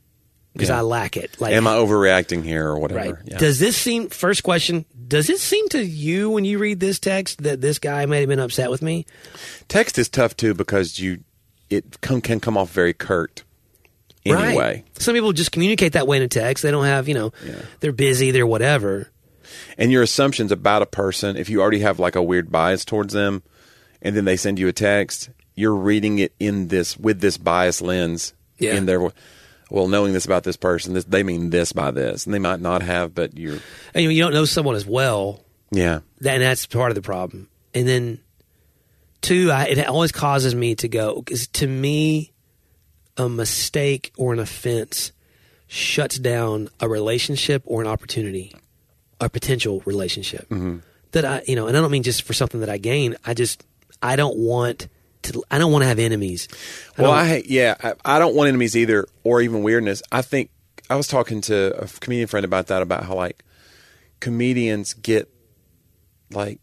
B: because
C: Yeah.
B: I lack it. Like,
C: Am I overreacting here or whatever?
B: right?
C: Yeah.
B: Does this seem, first question, does it seem to you when you read this text that this guy may have been upset with me?
C: Text is tough too because you it come, can come off very curt. Anyway.
B: Right. Some people just communicate that way in a text. They don't have, you know, they're busy, they're whatever.
C: and your assumptions about a person if you already have like a weird bias towards them and then they send you a text you're reading it in this with this bias lens
B: Yeah.
C: in their well knowing this about this person this, they mean this by this and they might not have but you're
B: And you don't know someone as well.
C: yeah
B: That, and that's part of the problem. And then, two, I, it always causes me to go because to me, a mistake or an offense shuts down a relationship or an opportunity, a potential relationship
C: Mm-hmm.
B: that I, you know, and I don't mean just for something that I gain. I just, I don't want to, I don't want to have enemies.
C: well
B: don't-
C: i hate yeah I, I don't want enemies either or even weirdness i think i was talking to a comedian friend about that about how like comedians get like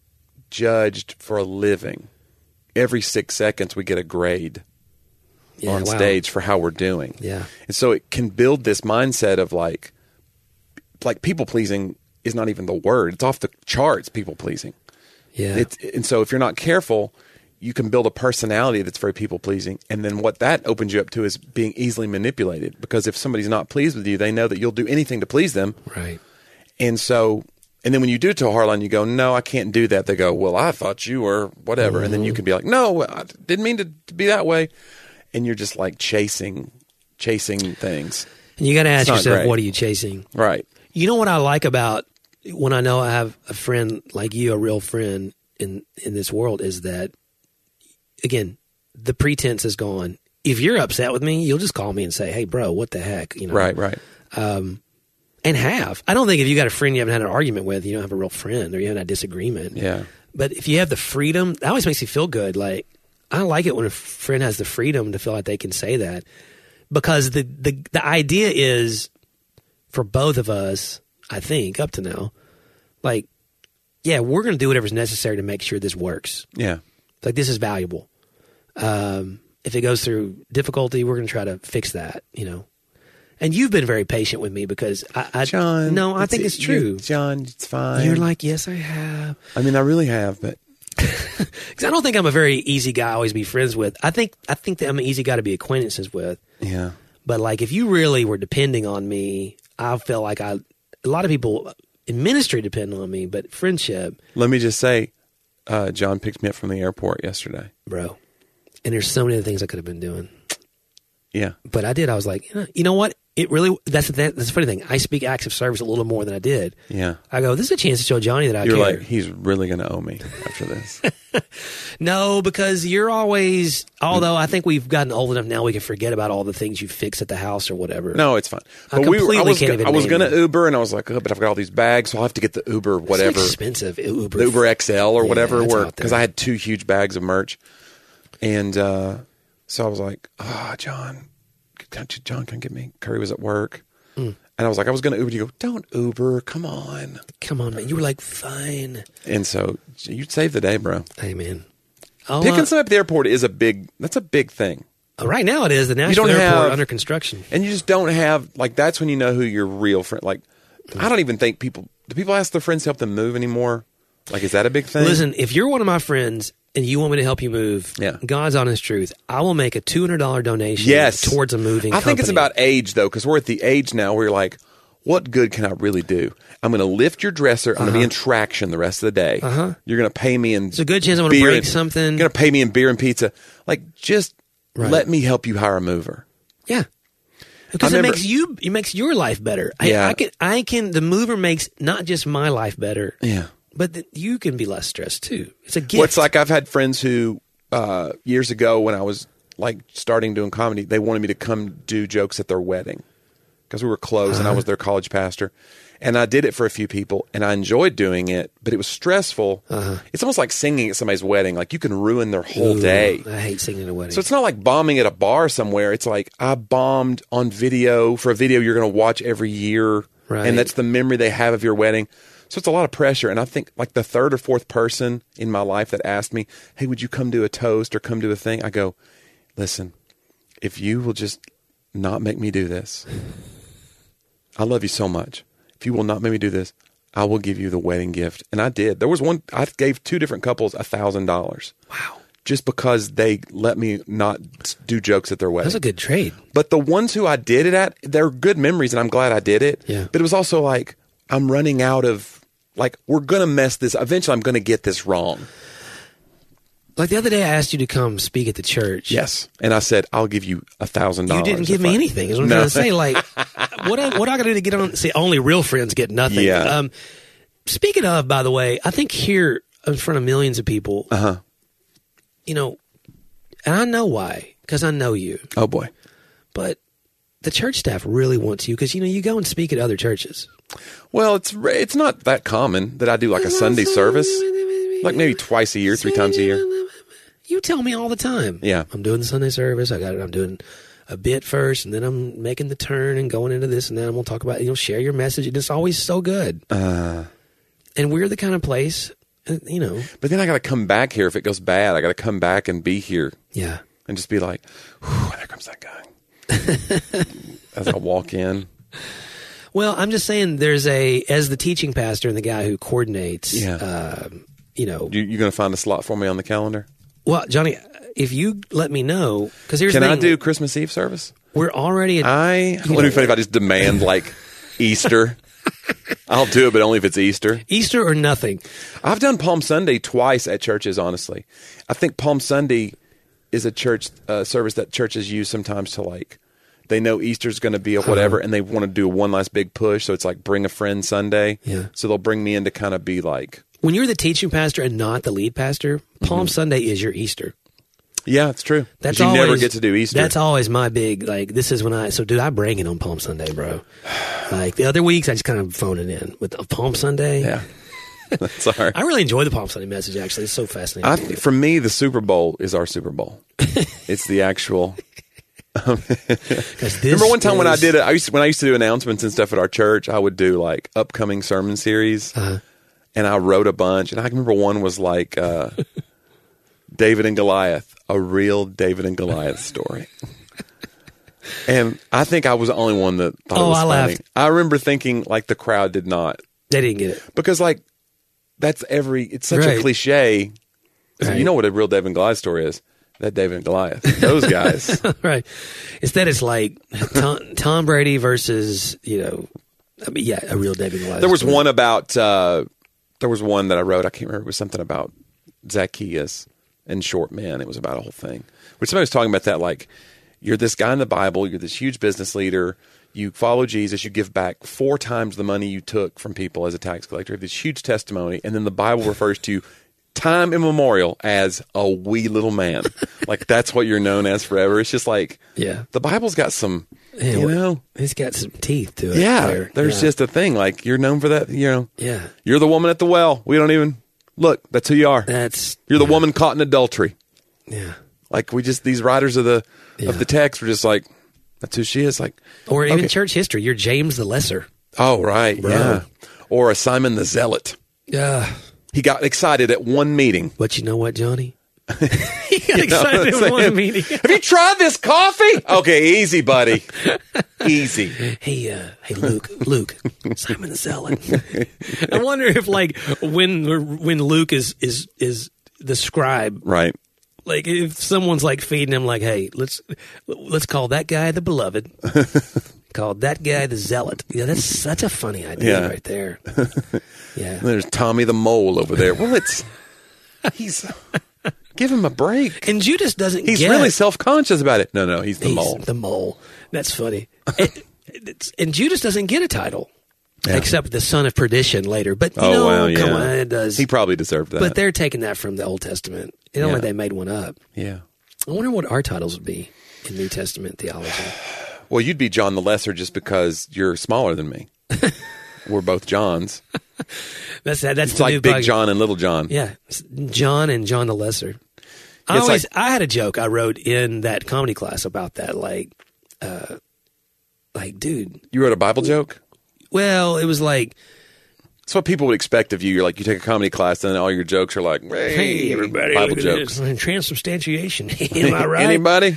C: judged for a living every six seconds we get a grade
B: Yeah,
C: on
B: wow.
C: stage for how we're doing.
B: Yeah.
C: And so it can build this mindset of like like people pleasing is not even the word. It's off the charts people pleasing.
B: Yeah.
C: It's and so if you're not careful, you can build a personality that's very people pleasing and then what that opens you up to is being easily manipulated because if somebody's not pleased with you, they know that you'll do anything to please them.
B: right.
C: And so, and then when you do to a hardline, you go, no, I can't do that. They go, well, I thought you were whatever. And
B: Mm-hmm.
C: then you can be like, no, I didn't mean to, to be that way. And you're just like chasing, chasing things.
B: And you got to ask
C: not
B: yourself,
C: great.
B: what are you chasing?
C: Right.
B: You know what I like about when I know I have a friend like you, a real friend in in this world, is that again the pretense is gone. If you're upset with me, you'll just call me and say, "Hey, bro, what the heck?" You know,
C: Right. Right.
B: And have I don't think if you got a friend you haven't had an argument with, you don't have a real friend or you haven't had a disagreement.
C: Yeah.
B: But if you have the freedom, that always makes me feel good. Like I like it when a friend has the freedom to feel like they can say that, because the the the idea is for both of us, I think, up to now, like, yeah, we're going to do whatever's necessary to make sure this works.
C: Yeah.
B: Like this is valuable. Um, if it goes through difficulty, we're going to try to fix that. You know. And you've been very patient with me because I, I
C: John.
B: no, I think it's
C: you-
B: true.
C: John, it's fine.
B: You're like, yes, I have.
C: I mean, I really have, but
B: Because I don't think I'm a very easy guy to always be friends with. I think I think that I'm an easy guy to be acquaintances with.
C: yeah.
B: But like, if you really were depending on me, I felt like I. A lot of people in ministry depend on me, but friendship,
C: Let me just say, uh, John picked me up from the airport yesterday.
B: bro. And there's so many other things I could have been doing,
C: Yeah.
B: but I did. I was like, "Yeah, you know what? It really that's the that's the funny thing. I speak acts of service a little more than I did.
C: Yeah.
B: I go, this is a chance to show Johnny that I
C: You're
B: care.
C: like, he's really going to owe me after this.
B: No, because you're always. Although I think we've gotten old enough now, we can forget about all the things you fix at the house or whatever.
C: no, it's fine.
B: I
C: I
B: completely
C: was,
B: can't even
C: I was
B: name
C: going
B: it.
C: to Uber, and I was like, oh, but I've got all these bags, so I'll have to get the Uber,
B: It's
C: whatever,
B: expensive Uber.
C: the Uber XL or
B: Yeah,
C: whatever,
B: it's
C: where
B: out there.
C: because I had two huge bags of merch, and uh, so I was like, ah, John, can, John, can you get me? Curry was at work,
B: Mm.
C: and I was like, I was going to Uber. You go, don't Uber, come on.
B: Come on, man. You were like, fine.
C: And so you saved the day, bro.
B: Hey, man. I'll,
C: Picking
B: uh,
C: something up at the airport is a big. That's a big thing.
B: right now it is the Nashville
C: don't
B: Airport
C: have-
B: under construction.
C: and you just don't have like that's when you know who your real friend. Like, I don't even think people do people ask their friends to help them move anymore. Like, is that a big thing?
B: Listen, if you're one of my friends and you want me to help you move,
C: Yeah.
B: God's honest truth, I will make a two hundred dollar donation.
C: yes,
B: towards a moving.
C: I think it's
B: company.
C: about age though, because we're at the age now where you're like, what good can I really do? I'm going to lift your dresser. I'm going to be in traction the rest of the day. Uh-huh. You're going to pay me in. It's
B: Uh-huh. a good chance I'm gonna break something.
C: Going to pay me in beer and pizza. Like, just
B: Right.
C: let me help you hire a mover.
B: yeah. Because
C: I
B: it
C: remember-
B: makes you, it makes your life better. I,
C: Yeah.
B: I can, I can. The mover makes not just my life better,
C: Yeah.
B: but th- you can be less stressed too. It's a gift.
C: What's like I've had friends who uh, years ago when I was like starting doing comedy, they wanted me to come do jokes at their wedding because we were close and I was their
B: Uh-huh.
C: college pastor. And I did it for a few people and I enjoyed doing it, but it was stressful. It's almost like singing at somebody's wedding. Like you can ruin their whole
B: Uh-huh. Ooh,
C: day.
B: I hate singing at a wedding.
C: So it's not like bombing at a bar somewhere. It's like I bombed on video for a video you're going to watch every year,
B: Right.
C: and that's the memory they have of your wedding. So it's a lot of pressure. And I think like the third or fourth person in my life that asked me, "Hey, would you come do a toast or come do a thing?" I go, "Listen, if you will just not make me do this, I love you so much. If you will not make me do this." I will give you the wedding gift, and I did. There was one I gave two different couples a thousand dollars
B: wow,
C: just because they let me not do jokes at their wedding.
B: that's a good trade.
C: but the ones who I did it at, they're good memories, and I'm glad I did it.
B: Yeah.
C: But it was also like I'm running out of like we're gonna mess this. Eventually, I'm gonna get this wrong.
B: Like the other day, I asked you to come speak at the church.
C: Yes. And I said I'll give you a thousand
B: You
C: dollars.
B: didn't
C: if
B: give me
C: I-"
B: anything. Is what I'm
C: No.
B: trying to say. Like, what I, what I got to do to get on? See, only real friends get nothing.
C: Yeah.
B: Um, speaking of, by the way, I think here in front of millions of people, uh-huh. you know, and I know why because I know you,
C: Oh boy.
B: but the church staff really wants you because you know you go and speak at other churches.
C: Well, it's ra- it's not that common that I do like a Sunday service, like maybe twice a year, three times a year.
B: You tell me all the time.
C: Yeah.
B: I'm doing the Sunday service. I got it. I'm doing a bit first, and then I'm making the turn and going into this, and then I'm gonna talk about you know share your message, and it's always so good.
C: Uh.
B: and we're the kind of place, uh, you know.
C: But then I got to come back here if it goes bad. I got to come back and be here
B: Yeah.
C: and just be like, "Whew, there comes that guy. As I walk in.
B: Well, I'm just saying, there's a as the teaching pastor and the guy who coordinates.
C: Yeah.
B: um, you know.
C: You, you're going to find a slot for me on the calendar.
B: well, Johnny, if you let me know, because here's
C: Can
B: the
C: I
B: thing,
C: do Uh. Christmas Eve service?
B: We're already. At,
C: I would it be funny if I just demand like Easter. I'll do it, but only if it's Easter.
B: Easter or nothing.
C: I've done Palm Sunday twice at churches. Honestly, I think Palm Sunday is a church uh, service that churches use sometimes to like. They know Easter's going to be
B: Uh-huh.
C: a whatever, and they want to do one last big push. So it's like bring a friend Sunday.
B: Yeah.
C: So they'll bring me in to kind of be like,
B: when you're the teaching pastor and not the lead pastor, Palm
C: Mm-hmm.
B: Sunday is your Easter.
C: yeah, it's true. 'Cause
B: That's
C: you
B: always,
C: never get to do Easter.
B: That's always my big like. This is when I so dude, I bring it on Palm Sunday, bro. Like the other weeks, I just kind of phone it in with the Palm Sunday.
C: Yeah. Sorry.
B: I really enjoy the Palm Sunday message. Actually, it's so fascinating.
C: I, for me, the Super Bowl is our Super Bowl. it's the actual.
B: 'Cause this
C: Remember one time when I
B: is-
C: did it, I used when I used to do announcements and stuff at our church. I would do like upcoming sermon series,
B: Uh-huh.
C: and I wrote a bunch. And I remember one was like uh, David and Goliath, a real David and Goliath story. and I think I was the only one that thought
B: Oh,
C: it was
B: I
C: funny.
B: laughed.
C: I remember thinking like the crowd did not
B: They didn't get it.
C: because like that's every it's such
B: Right.
C: a cliche. So
B: Right.
C: You know what a real David and Goliath story is. that David and Goliath. Those guys.
B: right. Instead, it's like Tom, Tom Brady versus you know, I mean, yeah, a real David Goliath.
C: there was
B: story.
C: one about. Uh, there was one that I wrote. I can't remember. It was something about Zacchaeus and short men. It was about a whole thing. Which somebody was talking about that. Like, you're this guy in the Bible. You're this huge business leader. You follow Jesus. You give back four times the money you took from people as a tax collector. This huge testimony, and then the Bible refers to. Time immemorial as a wee little man, like that's what you're known as forever. It's just like,
B: Yeah.
C: the Bible's got some,
B: Yeah,
C: you
B: well,
C: know,
B: it's got some teeth to it.
C: yeah,
B: there.
C: there's
B: Yeah.
C: just a thing like you're known for that. You know,
B: yeah.
C: you're the woman at the well. We don't even look. That's who you are.
B: That's
C: you're the woman caught in adultery.
B: yeah.
C: Like we just these writers of the
B: Yeah.
C: of the text were just like, that's who she is. Like,
B: Or even
C: Okay.
B: church history, you're James the Lesser.
C: oh right, yeah. Or a Simon the Zealot.
B: Yeah.
C: He got excited at one meeting.
B: But you know what, Johnny? he got
C: know what I'm
B: excited in one
C: saying?
B: meeting.
C: Have you tried this coffee? okay, easy, buddy. easy.
B: hey, uh, hey, Luke, Luke, Simon the Zealot. I wonder if, like, when when Luke is is is the scribe,
C: Right.
B: like, if someone's like feeding him, like, hey, let's let's call that guy the beloved, call that guy the zealot. Yeah, that's that's a funny idea
C: Yeah.
B: right there. Yeah,
C: There's Tommy the mole over there. Well, it's he's give him a break.
B: and Judas doesn't.
C: He's
B: get
C: really self conscious about it. No, no, he's the
B: He's
C: mole.
B: The mole. That's funny. It- it's- and Judas doesn't get a title except the son of perdition later. But you
C: Oh,
B: know,
C: wow,
B: come
C: yeah.
B: on, it does.
C: He probably deserved that.
B: but they're taking that from the Old Testament. It only
C: Yeah.
B: they made one up.
C: yeah.
B: I wonder what our titles would be in New Testament theology.
C: Well, you'd be John the Lesser just because you're smaller than me. We're both Johns.
B: That's that, that's
C: It's
B: the
C: like
B: new
C: Big
B: bug.
C: John and Little John.
B: Yeah, It's John and John the Lesser. I
C: It's
B: always
C: like-
B: I had a joke I wrote in that comedy class about that. Like, uh, like dude.
C: You wrote a Bible joke?
B: Well, it was like
C: That's what people would expect of you. You're like, you take a comedy class and then all your jokes are like, hey,
B: Hey, everybody.
C: Bible
B: look at
C: jokes.
B: this. Transubstantiation. Am I right?
C: Anybody?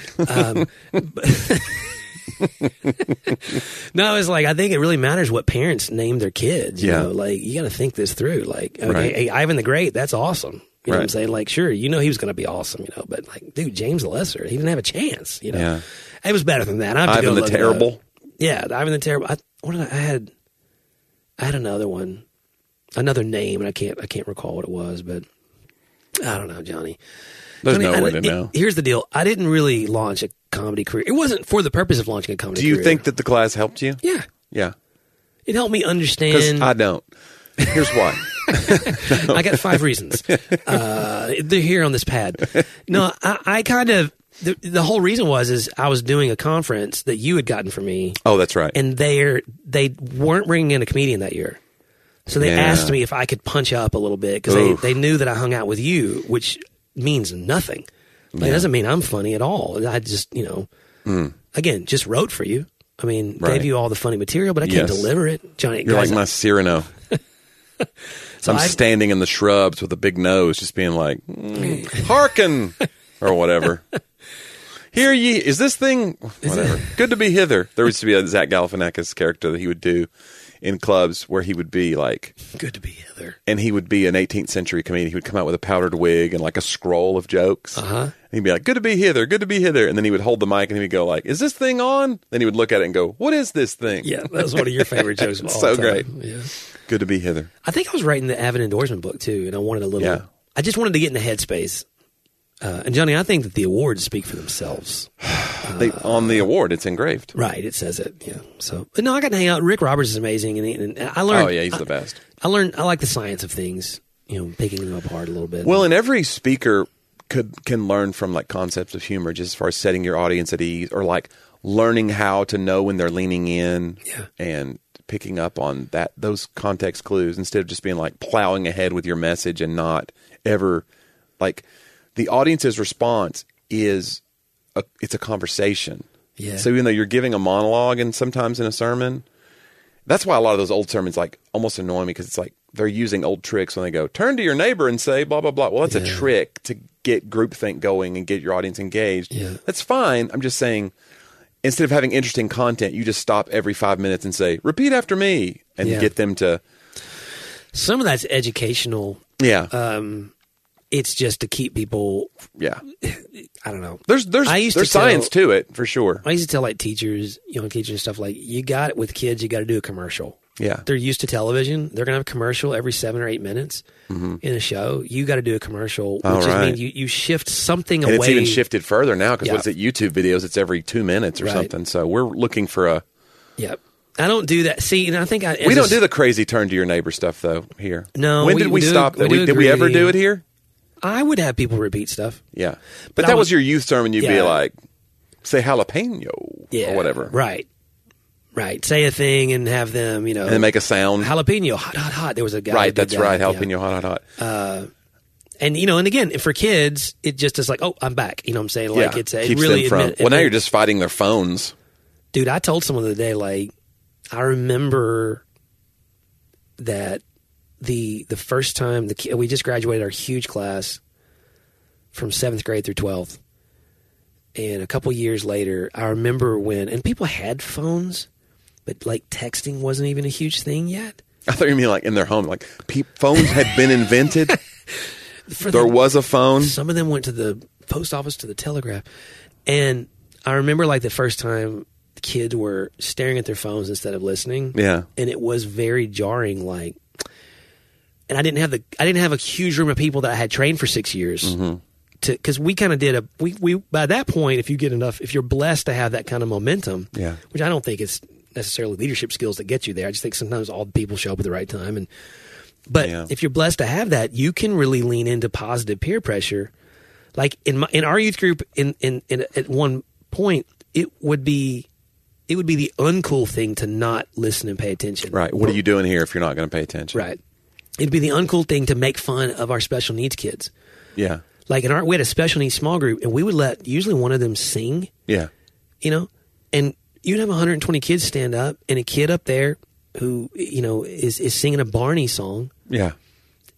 B: No, it's like, I think it really matters what parents name their kids. You
C: Yeah.
B: know, like, you got to think this through. Like, okay,
C: Right.
B: hey, Ivan the Great, that's awesome. You know what I'm
C: Right.
B: saying? Like, sure, you know he was going to be awesome, you know, but like, dude, James the Lesser, he didn't have a chance, you know?
C: Yeah.
B: It was better than that. I have to
C: Ivan
B: go
C: the
B: look it up.
C: Terrible.
B: Yeah, the Ivan the Terrible. I, what did I, I had, I had another one, another name, and I can't, I can't recall what it was, but I don't know, Johnny.
C: There's
B: Johnny,
C: no
B: I-
C: way to
B: it-
C: know.
B: here's the deal: I didn't really launch a comedy career. It wasn't for the purpose of launching a comedy.
C: Do you
B: career.
C: think that the class helped you?
B: Yeah,
C: Yeah.
B: it helped me
C: Because
B: understand.
C: I
B: I,
C: don't. Here's why.
B: got five reasons. Uh, they're here on this pad. No, I, I kind of the, the whole reason was is I was doing a conference that you had gotten for me,
C: Oh, that's right.
B: and they they weren't bringing in a comedian that year. So they
C: Yeah.
B: asked me if I could punch up a little bit because they,
C: Oof.
B: they knew that I hung out with you, which means nothing. Like, It doesn't mean I'm funny at all. I just, you know, again, just wrote for you. I mean,
C: Hmm. Right.
B: gave you all the funny material, but I can't
C: Yes.
B: deliver it, Johnny.
C: You're
B: guys,
C: like my Cyrano.
B: so
C: I'm
B: I-
C: standing in the shrubs with a big nose, just being like, "Mm, "Hearken," or whatever. Here ye is this thing. Whatever. Good to be hither. There used to be a Zach Galifianakis character that he would do in clubs where he would be like,
B: good to be hither.
C: and he would be an 18th century comedian. He would come out with a powdered wig and like a scroll of jokes. Uh-huh. And he'd be like, "Good to be hither. Good to be hither." And then he would hold the mic and he would go like, "Is this thing on?" Then he would look at it and go, "What is this thing?"
B: Yeah, that was one of your favorite jokes. Of all
C: So
B: time.
C: great.
B: Yeah.
C: Good to be hither.
B: I think I was writing the avid endorsement book too, and I wanted a little.
C: Yeah.
B: I just wanted to get in the headspace. Uh, and Johnny, I think that the awards speak for themselves.
C: they, on the award, it's engraved.
B: Right, it says it. Yeah. So, but no, I got to hang out. Rick Roberts is amazing, and, he- and I learned.
C: Oh, yeah, he's
B: I-
C: the best.
B: I learned. I like the science of things. You know, picking them apart a little bit.
C: Well, and every speaker could can learn from like concepts of humor, just as far as setting your audience at ease, or like learning how to know when they're leaning in
B: Yeah.
C: and picking up on that those context clues instead of just being like plowing ahead with your message and not ever like the audience's response is a, it's a conversation.
B: Yeah.
C: So even though you're giving a monologue and sometimes in a sermon, that's why a lot of those old sermons like almost annoy me because it's like they're using old tricks when they go turn to your neighbor and say blah blah blah. Well, that's a
B: Yeah.
C: trick to get groupthink going and get your audience engaged.
B: Yeah.
C: That's fine. I'm just saying instead of having interesting content, you just stop every 5 minutes and say repeat after me and
B: Yeah.
C: get them to
B: some of that's educational.
C: yeah.
B: Um, it's just to keep people.
C: Yeah,
B: I don't know.
C: there's there's
B: I used to
C: there's
B: tell-
C: science to it for sure.
B: I used to tell like teachers, young teachers and stuff like, you got it with kids, you got to do a commercial.
C: Yeah.
B: They're used to television. They're going to have a commercial every seven or eight minutes in a show. You got to do a commercial, which
C: Mm-hmm. All
B: just
C: right.
B: means you, you shift something
C: And
B: away.
C: it's even shifted further now because
B: Yeah.
C: what's it YouTube videos? It's every two minutes or
B: Right.
C: something. So we're looking for a.
B: Yep. I don't do that. See, and I think I.
C: We don't do the crazy turn to your neighbor stuff though here.
B: No,
C: when
B: we-
C: did
B: we
C: we,
B: do-
C: stop?
B: we
C: that?
B: do
C: did
B: agree.
C: we ever do it here?
B: I would have people repeat stuff.
C: Yeah, but,
B: But I
C: that
B: was-
C: was your youth sermon. You'd be
B: Yeah.
C: like, say jalapeno or whatever,
B: Right. Right. Say a thing and have them, you know.
C: and then make a sound.
B: jalapeno, hot, hot, hot. There was a guy. who
C: right,
B: did
C: that's
B: that.
C: right.
B: Yeah.
C: Jalapeno hot hot hot.
B: and you know, and again, for kids, it just is like, oh, I'm back. You know, what I'm saying like
C: yeah,
B: it's a, it
C: keeps
B: really.
C: them from.
B: admit-
C: well, now
B: admit-
C: you're just fighting their phones.
B: dude. I told someone the other day, like, I remember that the the first time the ki- we just graduated our huge class from seventh grade through twelfth, and a couple years later, I remember when and people had phones, but like texting wasn't even a huge thing yet.
C: I thought you mean like in their home. Like pe- phones had been invented.
B: For
C: there
B: the-
C: was a phone.
B: Some of them went to the post office to the telegraph. And I remember like the first time the kids were staring at their phones instead of listening.
C: Yeah.
B: And it was very jarring like and I didn't have the I didn't have a huge room of people that I had trained for 6 years.
C: Mm-hmm.
B: To, Cuz we kind of did a we we by that point if you get enough if you're blessed to have that kind of momentum,
C: Yeah.
B: which I don't think it's necessarily leadership skills that get you there. I just think sometimes all the people show up at the right time and but
C: Yeah.
B: if you're blessed to have that, you can really lean into positive peer pressure. Like in my, in our youth group, in, in in at one point, it would be it would be the uncool thing to not listen and pay attention.
C: Right. What are you doing here if you're not going to pay attention?
B: Right. It'd be the uncool thing to make fun of our special needs kids.
C: Yeah.
B: Like in our, we had a special needs small group, and we would let usually one of them sing
C: Yeah.
B: you know and you'd have 120 kids stand up and a kid up there who you know is, is singing a barney song
C: Yeah.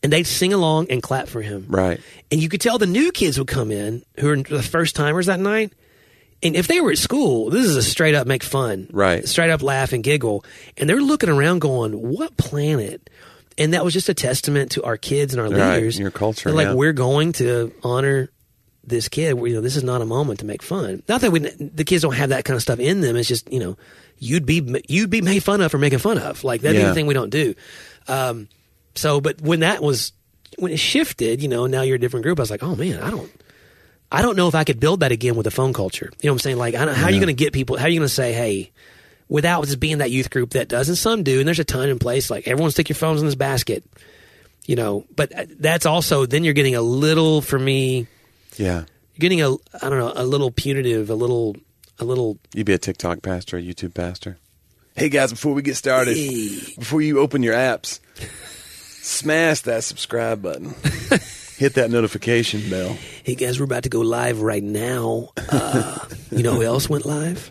B: and they'd sing along and clap for him
C: Right.
B: and you could tell the new kids would come in who are the first timers that night and if they were at school this is a straight up make fun
C: Right.
B: straight up laugh and giggle and they're looking around going what planet and that was just a testament to our kids and our
C: Right,
B: leaders
C: your culture,
B: They're like
C: yeah.
B: we're going to honor this kid We- you know this is not a moment to make fun not that we the kids don't have that kind of stuff in them it's just you know you'd be you'd be made fun of for making fun of like that'd be
C: Yeah.
B: the thing we don't do um, so but when that was when it shifted you know now you're a different group i was like oh man i don't I don't know if I could build that again with a phone culture. You know what I'm saying? Like, I don't, how are you going to get people? How are you going to say, hey, without just being that youth group that does, and some do, and there's a time and place. Like, everyone stick your phones in this basket, you know. But uh, that's also then you're getting a little for me,
C: Yeah.
B: you're getting a I don't know a little punitive, a little a little
C: You'd be a TikTok pastor, a YouTube pastor. Hey guys, before we get started, before you open your apps, smash that subscribe button. Hit that notification bell.
B: hey guys, we're about to go live right now. Uh, you know who else went live?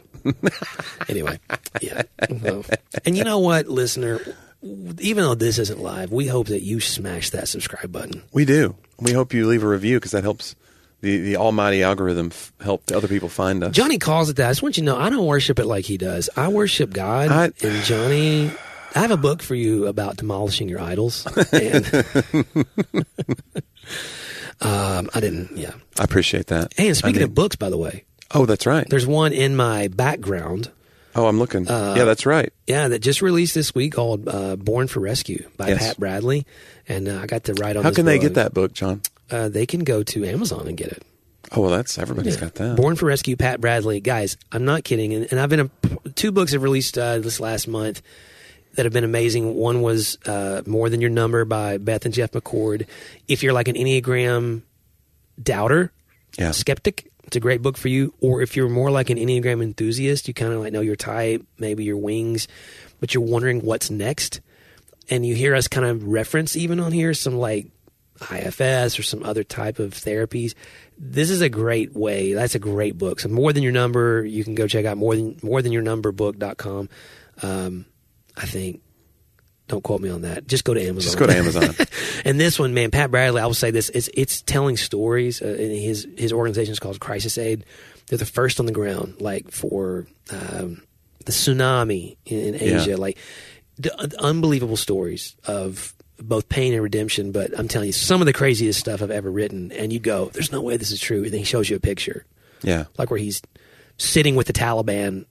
B: anyway, yeah. Well, and you know what, listener? Even though this isn't live, we hope that you smash that subscribe button.
C: We do. We hope you leave a review because that helps the, the almighty algorithm f- help other people find us.
B: Johnny calls it that. I just want you to know I don't worship it like he does. I worship God
C: I-
B: and Johnny. I have a book for you about demolishing your idols. And um, I didn't. Yeah.
C: I appreciate that.
B: Hey, and speaking
C: I
B: of
C: mean-
B: books, by the way,
C: oh, that's right.
B: there's one in my background.
C: Oh, I'm looking.
B: Uh,
C: yeah, that's right.
B: Yeah, that just released this week called uh, "Born for Rescue" by
C: Yes.
B: Pat Bradley, and uh, I got to write on.
C: How
B: this
C: can they
B: blog.
C: get that book, John?
B: Uh, they can go to Amazon and get it.
C: Oh, well, that's everybody's got that.
B: Born for Rescue, Pat Bradley. Guys, I'm not kidding. And, and I've been a, two books have released uh, this last month that have been amazing. One was uh, More Than Your Number by Beth and Jeff McCord. If you're like an Enneagram doubter,
C: Yeah.
B: skeptic, it's a great book for you. Or if you're more like an Enneagram enthusiast, you kind of like know your type, maybe your wings, but you're wondering what's next. And you hear us kind of reference even on here some like IFS or some other type of therapies. This is a great way. That's a great book. So more than your number, you can go check out more than more than your number book.com. Um, I think don't quote me on that. Just go to Amazon.
C: Just go to Amazon.
B: And this one, man, Pat Bradley, I will say this: it's it's telling stories. Uh, and his his organization is called Crisis Aid. They're the first on the ground, like for um, the tsunami in, in
C: Yeah.
B: Asia, like the, the unbelievable stories of both pain and redemption. But I'm telling you, some of the craziest stuff I've ever written. And you go, there's no way this is true. And then he shows you a picture,
C: Yeah.
B: like where he's sitting with the Taliban,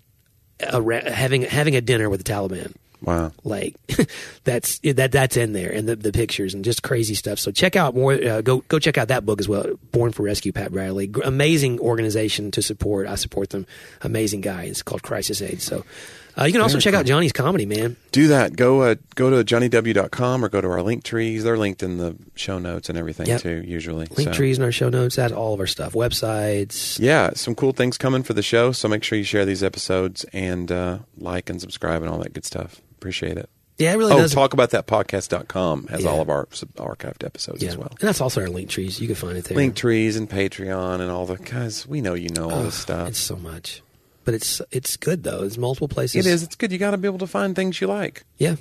B: arou- having having a dinner with the Taliban.
C: Wow.
B: Like that's that that's in there, and the, the pictures and just crazy stuff. So check out more. Uh, go go check out that book as well. Born for Rescue, Pat Bradley. Gr- amazing organization to support. I support them. Amazing guy. It's called Crisis Aid. So uh, you can also check out Johnny's comedy, man.
C: Do that. Go uh, go to johnnyw.com or go to our link trees. They're linked in the show notes and everything
B: Yep.
C: too. Usually,
B: Link
C: So-
B: trees in our show notes. That's all of our stuff. Websites.
C: Yeah, some cool things coming for the show. So make sure you share these episodes and uh, like and subscribe and all that good stuff. Appreciate it.
B: Yeah, it really
C: oh,
B: does.
C: talkaboutthatpodcast.com has
B: Yeah.
C: all of our sub- archived episodes
B: yeah.
C: as well.
B: and that's also our link trees. You can find it there.
C: Link trees and Patreon and all the guys. We know you know all this stuff.
B: It's so much, but it's it's good though. It's multiple places.
C: It is. It's good. You got to be able to find things you like.
B: Yeah.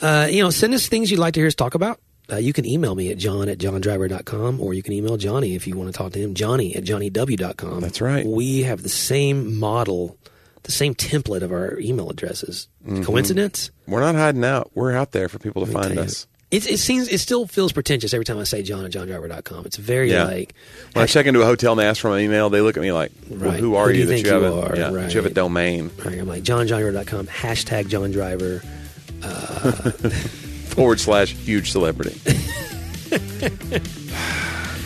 B: Uh, you know, send us things you'd like to hear us talk about. Uh, you can email me at john at johndriver.com or you can email Johnny if you want to talk to him, johnny at johnnyw.com.
C: That's right.
B: We have the same model, the same template of our email addresses. Coincidence?
C: We're not hiding out. We're out there for people to
B: Let me
C: Mm-hmm. find
B: tell you.
C: us.
B: It, it seems it still feels pretentious every time I say John at johndriver.com. It's very
C: Yeah.
B: like
C: When I check into a hotel and ask for my email, they look at me like, well,
B: Right.
C: "Who are
B: Who do
C: you,
B: you
C: that
B: think
C: you have
B: you
C: a
B: are?"
C: yeah, that you have a
B: Right.
C: domain?"
B: I'm like johnjohnriver.com hashtag John Driver.
C: forward slash huge celebrity.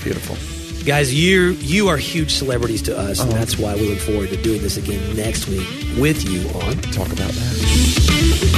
C: Beautiful.
B: Guys, you you are huge celebrities to us,
C: Uh-huh.
B: and that's why we look forward to doing this again next week with you on
C: Talk about that.